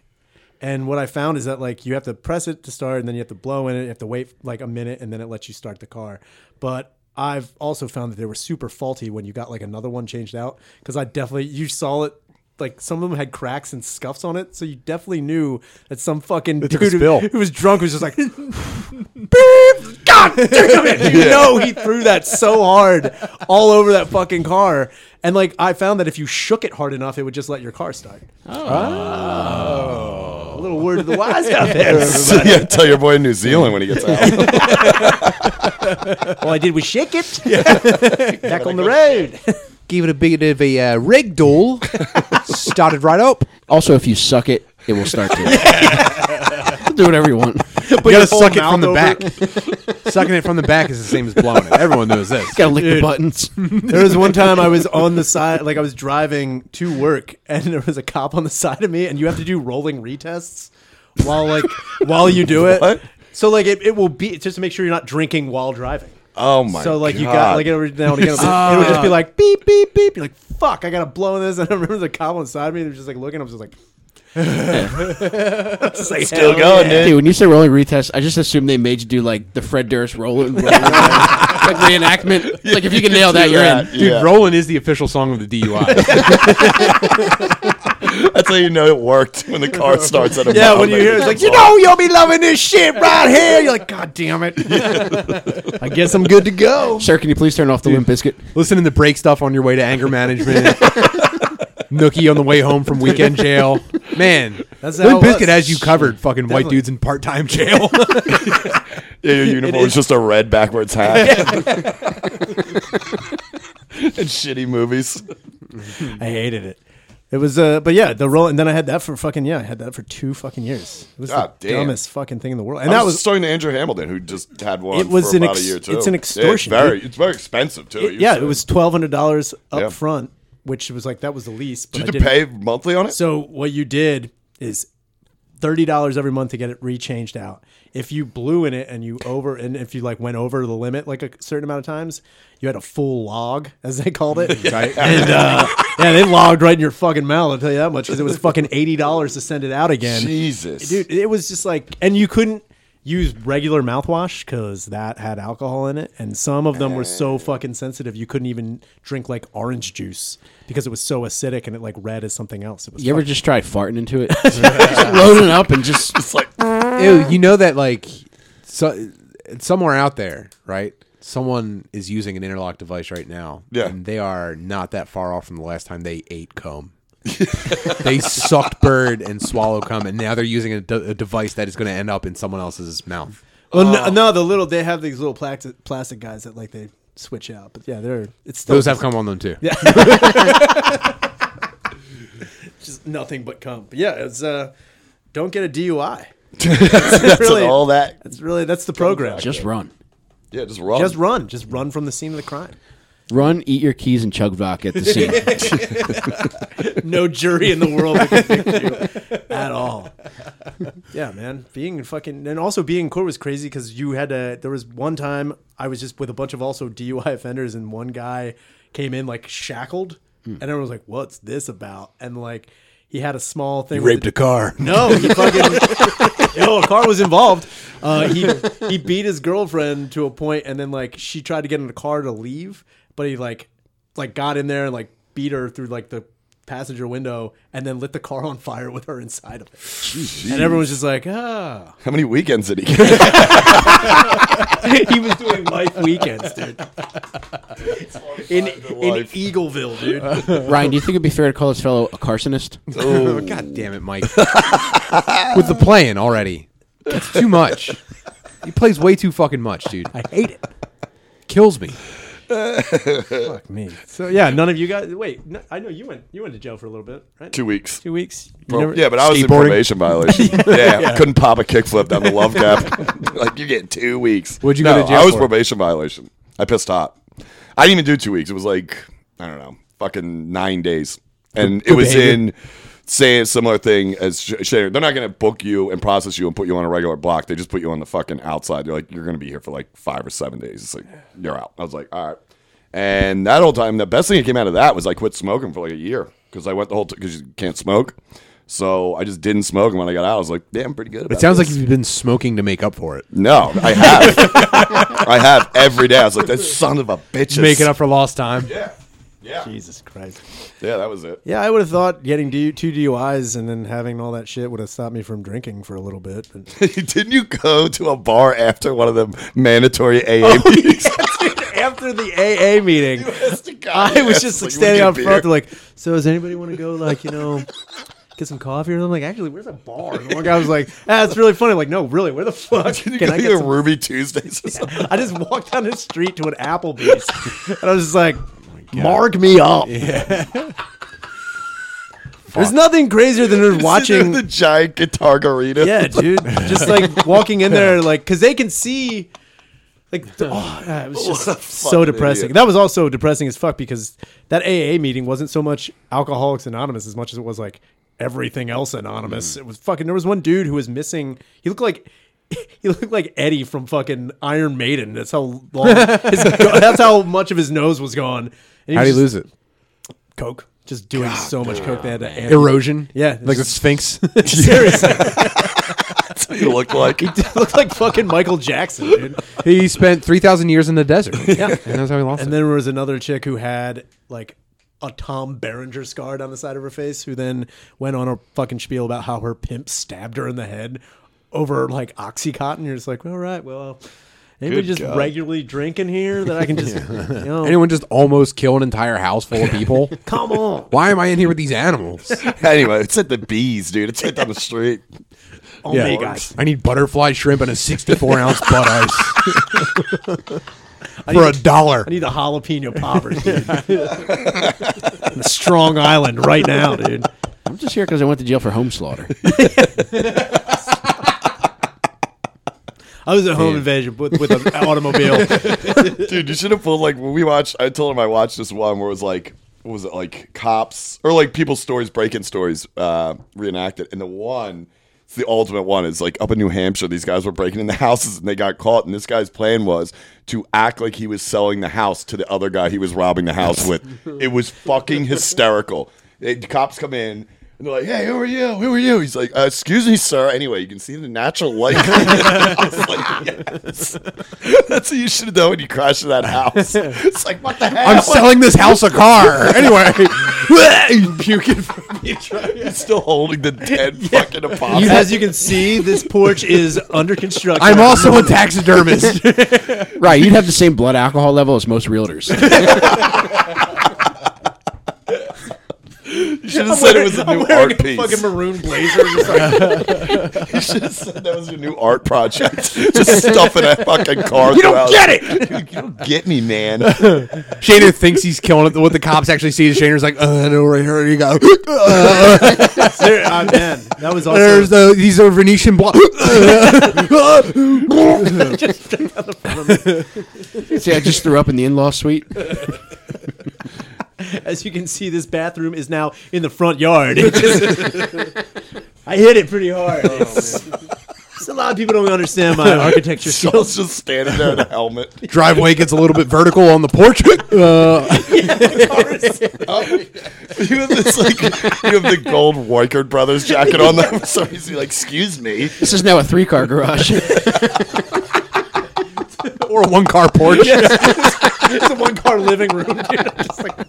and what I found is that like you have to press it to start, and then you have to blow in it. You have to wait like a minute, and then it lets you start the car. But I've also found that they were super faulty when you got like another one changed out because I definitely you saw it. Like some of them had cracks and scuffs on it, so you definitely knew that some fucking
took a
dude who,
spill.
who was drunk was just like, beep. God damn it! You know he threw that so hard all over that fucking car. And like I found that if you shook it hard enough, it would just let your car start. Oh. A little word to the wise out there.
So, yeah, tell your boy in New Zealand when he gets out.
All I did was shake it. Back on the road.
Gave it a bit of a uh, ragdoll. Started right up.
Also, if you suck it, it will start to. Do whatever you want.
You gotta
your
suck it
whole
from the
mouth
back. Sucking it from the back is the same as blowing it. Everyone knows this.
Gotta lick the buttons.
There was one time I was on the side, like I was driving to work, and there was a cop on the side of me, and you have to do rolling retests while like while you do it.
What?
So like it, it will be it's just to make sure you're not drinking while driving.
Oh my!
so like
God.
you got like every now and again it'll be- it would just be like beep beep beep. You're like fuck, I gotta blow this. And I remember the cop on the side of me, they were just like looking. I was just like, It's like,
still
hell
going,
Dude,
dude.
when you say rolling retest, I just assume they made you do like the Fred Durst rolling, rolling like reenactment. Like if you can nail that,
do
you're
that.
in.
Dude,
Yeah.
Roland is the official song of the DUI.
That's how you know it worked when the car starts at a
Yeah,
mile
when you
an
hear it,
hour.
it's like you know you'll be loving this shit right here. You're like, god damn it. I guess I'm good to go.
Sir, can you please turn off the limp biscuit?
Listening to break stuff on your way to anger management. Nookie on the way home from weekend jail. Man,
That's how
Limp
it was.
Biscuit has you covered. Fucking white
Definitely.
dudes in part time jail.
Yeah, your uniform is just a red backwards hat. and shitty movies.
I hated it. It was uh, but yeah, the roll, and then I had that for fucking yeah, I had that for two fucking years. It was
God
the
damn.
dumbest fucking thing in the world, and
And I
that
was,
was
starting to Andrew Hamilton, who just had one.
It was
for
an
about
ex-
a year too.
it's an
Yeah,
extortion,
It's very,
dude.
it's very expensive too. You
yeah,
said.
it was twelve hundred dollars up
Yeah.
front, which was like that was the least. But
Did
I
you
didn't-
pay monthly on it?
So what you did is thirty dollars every month to get it rechanged out. If you blew in it and you over and if you like went over the limit like a certain amount of times, you had a full log as they called it.
Right.
And uh, yeah, they logged right in your fucking mouth. I'll tell you that much because it was fucking eighty dollars to send it out again.
Jesus.
dude, it was just like, and you couldn't use regular mouthwash because that had alcohol in it, and some of them were so fucking sensitive you couldn't even drink like orange juice because it was so acidic and it like red as something else. It was
You ever just try farting into it? just loading up and just
It's like
Ew, you know that like so, somewhere out there, right? Someone is using an interlock device right now.
Yeah.
And they are not that far off from the last time they ate comb. they sucked bird and swallow cum, and now they're using a, de- a device that is going to end up in someone else's mouth.
Well, no, no, the little they have these little plastic plastic guys that like they switch out, but yeah, they're it's still
Those have cum on them too. Yeah.
just nothing but cum. But yeah, it's uh, don't get a DUI.
that's
Really?
all that.
That's really that's the program. Just,
just run,
Yeah, just run.
run, just run from the scene of the crime.
run, eat your keys and chug vodka at the scene.
No jury in the world would convict you at all. Yeah, man, being fucking and also being in court was crazy because you had to. There was one time I was just with a bunch of also DUI offenders, and one guy came in like shackled, and everyone was like, "What's this about?" And like. He had a small thing. with the-
car.
No, he fucking. no, a car was involved. Uh, he he beat his girlfriend to a point, and then like she tried to get in the car to leave, but he like like got in there and like beat her through like the passenger window, and then lit the car on fire with her inside of it. And everyone's just like, ah.
How many weekends did he get?
he was doing life weekends, dude. e- In in
life.
Eagleville, dude.
Ryan, do you think it'd be fair to call this fellow a carcinist?
Oh, God damn it, Mike. With the playing already. That's too much. He plays way too fucking much, dude.
I hate it.
Kills me.
Fuck me. So yeah, none of you guys. Wait, no, I know you went. You went to jail for a little bit, right?
Two weeks.
Two weeks. You
Well,
never-
yeah, but I was in
Skateboarding?
probation violation. yeah, couldn't pop a kickflip down the love gap. like you get two weeks.
What'd you
no,
go to jail
I was
for?
probation violation. I pissed hot. I didn't even do two weeks. It was like I don't know, fucking nine days, and it was in say a similar thing as Sh- Shader. They're not going to book you and process you and put you on a regular block. They just put you on the fucking outside. They're like, you're going to be here for like five or seven days. It's like you're out. I was like, all right. And that whole time, the best thing that came out of that was I quit smoking for like a year because I went the whole because you can't smoke. So I just didn't smoke, and when I got out, I was like, "Damn, pretty good."
It sounds like he's been smoking to make up for it.
no, I have, I have every day. I was like, "That son of a bitch."
Making up for lost time.
Yeah, yeah,
Jesus Christ.
yeah. That was it.
Yeah, I would have thought getting D- two DUIs and then having all that shit would have stopped me from drinking for a little bit. But
Didn't you go to a bar after one of the mandatory AA meetings?
after the AA meeting, I was just like, standing out front. They're like, "So does anybody want to go like you know get some coffee?" And I'm like, "Actually, where's a bar?" And one guy was like, ah, "That's really funny." I'm like, "No, really, where the fuck
Can you
can
go
I
to
get
your
some
Ruby Tuesdays or something?
I just walked down the street to an Applebee's, and I was just like, "Mark me up." There's nothing crazier than just watching.
the giant guitar arena.
yeah, dude, just like walking in there, like because they can see. Like, the- oh, yeah, it was just so
fucking
depressing.
idiot.
That was also depressing as fuck because that AA meeting wasn't so much Alcoholics Anonymous as much as it was like everything else anonymous. It was fucking. There was one dude who was missing. He looked like he looked like Eddie from fucking Iron Maiden. That's how long. His, that's how much of his nose was gone. And he
How
was
do you
just-
lose it?
Coke. Just doing so much coke they had to. amp-
Erosion.
Yeah,
Like the Sphinx.
seriously,
That's what you look like.
he looked like fucking Michael Jackson, dude.
he spent 3,000 years in the desert.
Yeah.
And that's how he lost
And
it.
then there was another chick who had like a Tom Berenger scar down the side of her face, who then went on a fucking spiel about how her pimp stabbed her in the head over like Oxycontin. You're just like, all right, well, anybody
Good
just
God.
regularly drinking here that I can just, you know,
Anyone just almost kill an entire house full of people?
come on.
Why am I in here with these animals?
anyway, it's at the bees, dude. It's right down the street.
Oh my God.
I need butterfly shrimp and a 64 ounce butt ice for a dollar.
I need a jalapeno poppers, dude. On a strong island right now, dude.
I'm just here because I went to jail for home slaughter.
I was at home invasion with, with an automobile.
Dude, you should have pulled like when we watched. I told him I watched this one where it was like, what was it like cops or like people's stories, breaking stories, uh, reenacted, and the one It's the ultimate one. It's like up in New Hampshire, these guys were breaking in the houses and they got caught. And this guy's plan was to act like he was selling the house to the other guy he was robbing the house with. It was fucking hysterical. They- the cops come in. And they're like, hey, who are you? Who are you? He's like, uh, excuse me, sir. Anyway, you can see the natural light. I was like, yes. That's what you should have done when you crashed into that house. It's like, what the hell?
I'm selling this house a car. Anyway, puking.
You're still holding the dead fucking opossum.
You, as you can see, this porch is under construction.
I'm also a taxidermist.
Right, you'd have the same blood alcohol level as most realtors.
should have said it was a
I'm
new
wearing
art
a fucking
piece.
maroon blazer. Just like,
You should have said that was your new art project. Just stuffing a fucking car. You
don't get
it. You, don't get me, man.
Shayner thinks he's killing it. but What the cops actually see is Shayner's like, uh, I know right here you go.
there, ah, man, that was also
There's the these are Venetian block.
See, I just threw up in the in-law suite.
As you can see, this bathroom is now in the front yard. It just- I hit it pretty hard. It's- it's a lot of people don't understand my architecture skills.
Charles just standing there in a helmet.
Driveway gets a little bit vertical on the porch. Uh,
Oh, You have this like you have the gold Weichert Brothers jacket on. That so he's like, excuse me.
This is now a three-car garage.
or a one car porch.
it's a one car living room, dude. I'm just like,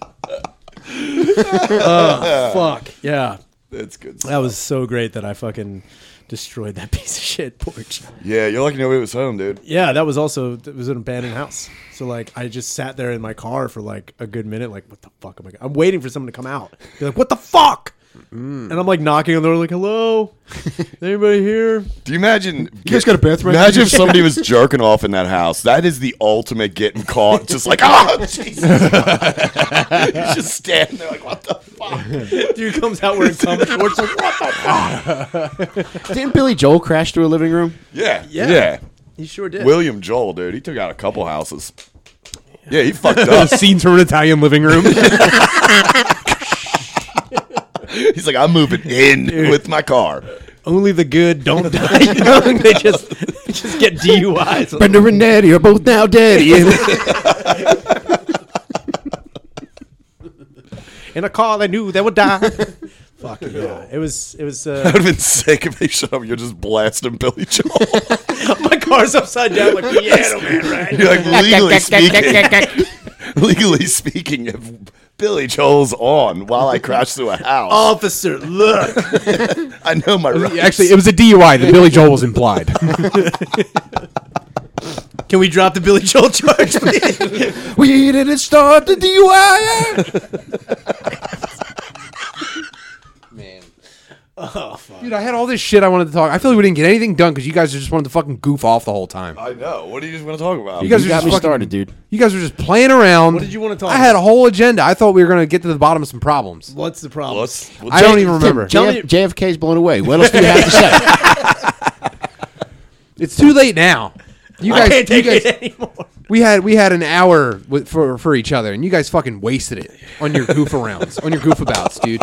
oh, fuck.
Yeah,
That's good.
that was so great that I fucking destroyed that piece of shit porch.
Yeah, you're lucky nobody was home, dude.
Yeah, that was also it was an abandoned house. So like I just sat there in my car for like a good minute, like what the fuck am I? I'm waiting for someone to come out. Be like, what the fuck? And I'm like knocking on the door, like hello, anybody here?
Do you imagine? You
guys got a bathroom?
Imagine if somebody was jerking off in that house. That is the ultimate getting caught. Just like, oh, Jesus. you just stand there like, what the fuck?
Dude comes out wearing cum shorts. Like, what the fuck?
Didn't Billy Joel crash through a living room?
Yeah, yeah.
He sure did.
William Joel, dude, he took out a couple houses. Yeah, he fucked up.
Scenes from an Italian living room.
He's like, I'm moving in with my car.
Only the good don't die young. They just they just get DUIs.
Brenda and Natty are both now dead. Ian.
in a car they knew they would die. Fuck yeah, it was it was.
That
Uh,
would have been sick if they showed up. You're just blasting Billy Joel.
My car's upside down. Like, yeah, man, right?
You're like, legally speaking, legally speaking, if Billy Joel's on while I crash through a house,
Officer, look.
I know my rights.
Oh. actually, it was a DUI. The Billy Joel was implied.
Can we drop the Billy Joel charge, please?
we didn't start the DUI.
oh, fuck.
Dude, I had all this shit I wanted to talk. I feel like we didn't get anything done because you guys just wanted to fucking goof off the whole time.
I know. What are you just going to talk about?
You guys
You
are
got
just
me
fucking-
started, dude.
You guys were just playing around.
What did you wanna talk
I had a
about?
whole agenda. I thought we were gonna get to the bottom of some problems.
What's the problem?
Let's- let's-
I don't even remember.
Tim,
Tell
JF,
me-
JFK's blown away. What else do you have to say?
It's too late now. You guys,
I can't take
you guys,
it anymore.
We had we had an hour with, for for each other, and you guys fucking wasted it on your goof arounds, on your goof abouts, dude.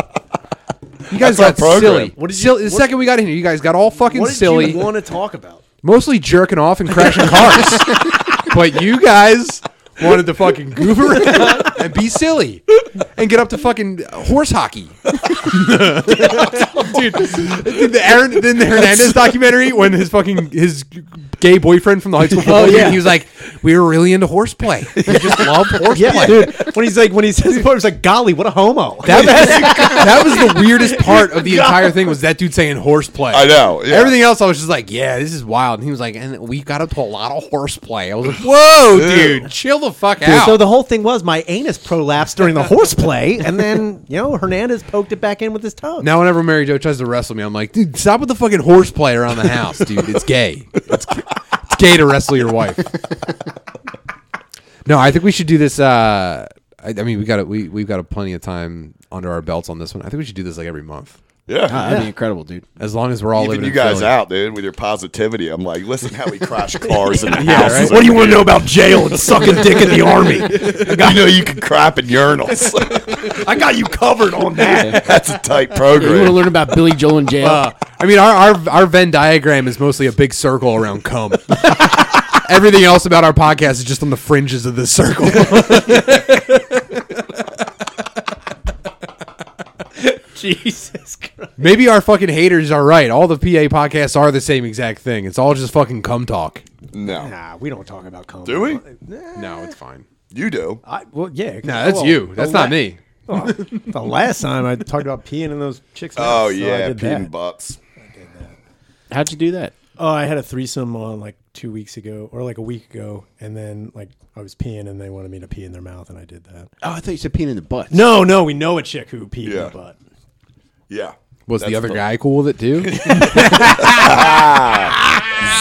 You guys
That's our
got
program.
silly.
What did you-
Silly- the
what-
second we got in here, you guys got all fucking
What did
silly,
you want to talk about?
mostly jerking off and crashing cars. but you guys wanted to fucking goof around and be silly and get up to fucking horse hockey. Dude, did the Aaron, then the Hernandez documentary when his fucking his gay boyfriend from the high school football team, he was like, "We were really into horseplay. We just love horseplay."
dude, when he's like when he says the part, it's like, golly, what a homo.
That was, that was the weirdest part of the entire thing was that dude saying horseplay.
I know, yeah.
Everything else, I was just like, yeah, this is wild. And he was like, and we got up to a lot of horseplay. I was like, whoa, dude, chill the fuck out.
So the whole thing was my anus prolapsed during the horseplay, and then you know Hernandez poked it back in with his tongue.
now, whenever Mary Jo tries to wrestle me, I'm like, dude, stop with the fucking horseplay around the house, dude. It's gay. It's, it's gay to wrestle your wife. No, I think we should do this. Uh, I, I mean, we got we we've got a plenty of time under our belts on this one. I think we should do this like every month,
yeah.
That'd be incredible, dude.
as long as we're all
Even
living
you
in
guys
Philly.
out, dude, with your positivity. I'm like, listen how we crash cars in the
right?
houses.
What
do you want to know
about jail and sucking dick in the army.
You know you can crap in urinals.
I got you covered on that.
That's a tight
You want to
program.
learn about Billy Joel in jail?
Uh,
I mean, our, our our Venn diagram is mostly a big circle around cum. Everything else about our podcast is just on the fringes of this circle.
Jesus Christ.
Maybe our fucking haters are right. All the PA podcasts are the same exact thing. It's all just fucking cum talk.
No,
Nah, we don't talk about cum.
do we?
No, it's fine.
You do.
Oh,
I, well, yeah. 'cause-
No, that's
well,
you.
the
That's not
la-
me.
well, the last time I talked about peeing in those chicks' mouths.
Oh
so I
yeah,
did
Pete
that.
butts.
How'd you do that?
Oh, I had a threesome on like two weeks ago or like a week ago, and then like I was peeing, and they wanted me to pee in their mouth, and I did that.
Oh, I thought you said peeing in the butt.
No, no, we know a chick who peed in
Yeah.
the butt.
Yeah.
Was the
That's
other guy cool with it too?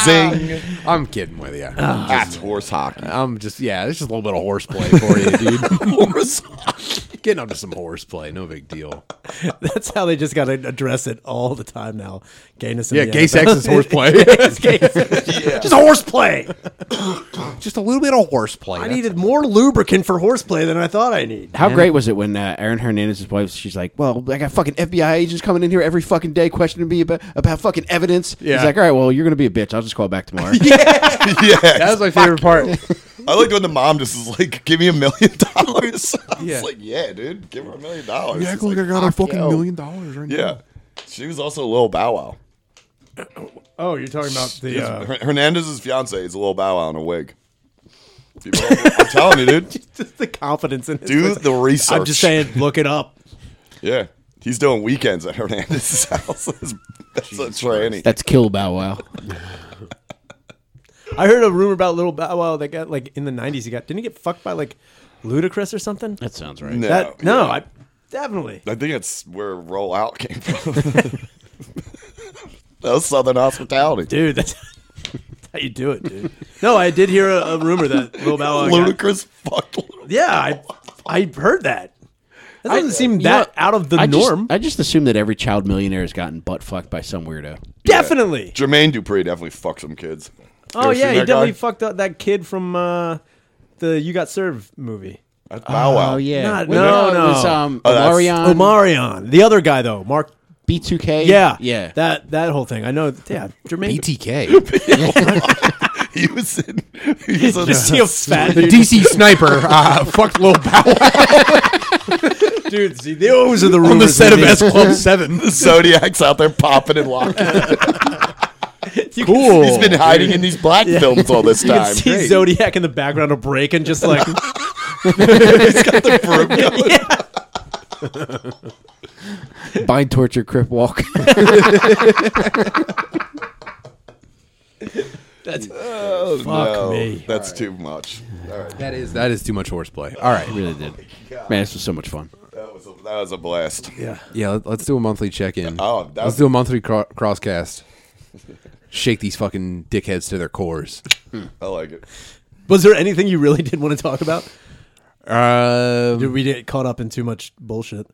Zing.
I'm kidding with you.
That's horse hockey.
I'm just yeah, it's just a little bit of horseplay for you, dude. horse getting up to some horseplay, no big deal.
That's how they just got to address it all the time now. Gayness. in
Yeah,
the
gay sex
NFL.
is horseplay.
It's gay sex. Just horseplay.
just a little bit of horseplay.
I
That's-
needed more lubricant for horseplay than I thought I need.
How great was it when uh, Aaron Hernandez's wife? She's like, "Well, I got fucking FBI agents coming in here every fucking day questioning me about, about fucking evidence."
Yeah.
He's like, "All right, well, you're gonna be a bitch. I'll just call back tomorrow."
that was my favorite part.
I liked when the mom just is like, "Give me a million dollars." I was
Yeah.
like, "Yeah, dude, give her a million dollars."
You act
She's
like I got a
"Fuck
fucking
yo."
million dollars right
Yeah, she was also a little Bow Wow.
Oh, you're talking about the.
His-
Uh,
Her- Hernandez's fiance is a little Bow Wow in a wig. People- I'm telling you, dude.
just the confidence in his
Do
voice.
the research.
I'm just saying, look it up.
Yeah, he's doing weekends at Hernandez's house. That's a tranny.
That's kill bow wow.
I heard a rumor about Little Bow Wow that got like in the '90s. He got didn't he get fucked by like Ludacris or something?
That sounds right.
no,
That no,
yeah.
I definitely.
I think that's where Roll Out came from. that was Southern hospitality.
dude. That's that's how you do it, dude. No, I did hear a, a rumor that Lil Bow Wow. got-
Ludicrous fucked. Lil-
Yeah, I I heard that. That doesn't seem
You know
that
what?
out of the
I just-
norm.
I just assume that every child millionaire has gotten butt fucked by some weirdo.
definitely.
Jermaine Dupri definitely fucked some kids.
Oh
ever
yeah,
seen
he
that
definitely
guy?
fucked up that kid from uh, the You Got Served movie.
That's Bow Wow.
Oh yeah,
Not-
Wait,
no,
It was
no.
um,
Oh, that's-
Omarion
Omarion, the other guy though, Mark.
B2K.
Yeah,
yeah.
That that whole thing. I know. Yeah, Jermaine.
BTK,
He was in. He was in
Just see a fat
the
dude.
DC sniper, uh, fucked Lil Bow
dude. See, those are the rumors.
on the set
that
of
they-
S Club Seven.
Zodiac's out there popping and locking.
you can
Cool.
He's been hiding in these black films all this
You can
time.
see Zodiac in the background of breaking, just like
bind torture crip walk.
that's
Oh, no,
me.
That's too much. All right.
that is that is too much horseplay. All right,
really did. Man, this was so much fun.
That was a, that was a blast.
yeah.
yeah, let, us do a monthly check in.
Oh, that
let's
was,
do a monthly cro- crosscast. Shake these fucking dickheads to their cores.
I like it.
Was there anything you really did want to talk about?
Um,
Did we get caught up in too much bullshit?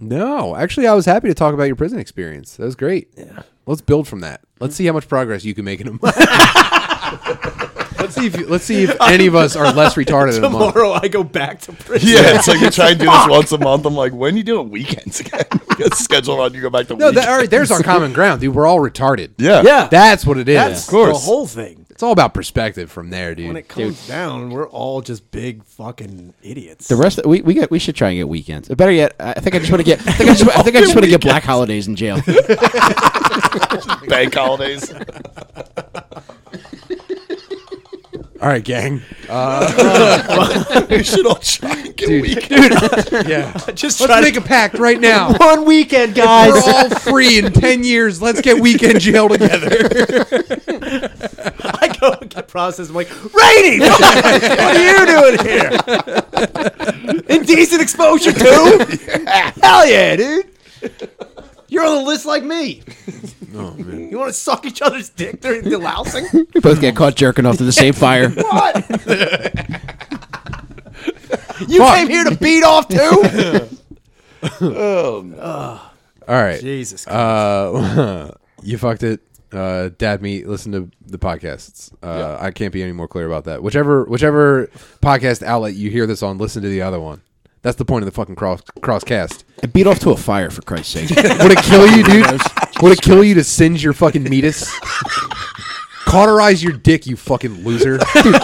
No, actually, I was happy to talk about your prison experience. That was great. Yeah. Mm-hmm. Let's build from that. Let's see how much progress you can make in a month. let's see if you- let's see if any of us are less retarded in a month.
Tomorrow I go back to prison.
Yeah, it's like you try and do this once a month. I'm like, when are you doing weekends again? Get scheduled on. You go back to
No, that,
weekends.
all right. There's our common ground, dude. We're all retarded.
Yeah.
Yeah.
that's what it is.
That's
course.
the whole thing.
it's all about perspective from there,
When
dude.
it comes down, we're all just big fucking idiots.
The rest, we we get we should try and get weekends. Better yet, I think I just want to get. I think I just, I think I just want to get black holidays in jail.
Bank holidays.
All right, gang.
we should all try and get weekends.
Yeah,
just
let's make a pact right now.
one weekend, guys.
We're all free in ten years. Let's get weekend jail together.
I go and get processed. I'm like, Rainy, what what are you doing here? Indecent exposure too. Hell yeah, dude. You're on the list like me. You want to suck each other's dick during the lousing?
We both get caught jerking off to the same fire.
What? you came here to beat off too?
All right.
Jesus.
Uh, you fucked it. Uh, dad meat. Listen to the podcasts. Uh, I can't be any more clear about that. Whichever whichever podcast outlet you hear this on, listen to the other one. That's the point of the fucking cross cross cast.
I beat off to a fire for Christ's sake.
Would it kill you, dude? Would it kill you to singe your fucking meatus? Cauterize your dick, you fucking loser. Dude,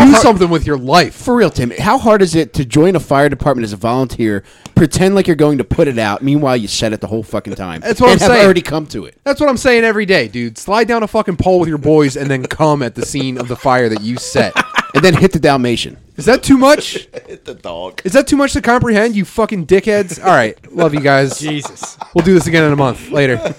do something with your life.
for real, Tim, how hard is it to join a fire department as a volunteer, pretend like you're going to put it out, meanwhile you said it the whole fucking time?
That's what
and
I'm
have
saying.
already come to it.
That's what I'm saying every day, dude. Slide down a fucking pole with your boys and then come at the scene of the fire that you set.
And then hit the Dalmatian.
Is that too much?
Hit the dog.
Is that too much to comprehend, you fucking dickheads? All right. Love you guys.
Jesus.
We'll do this again in a month. Later.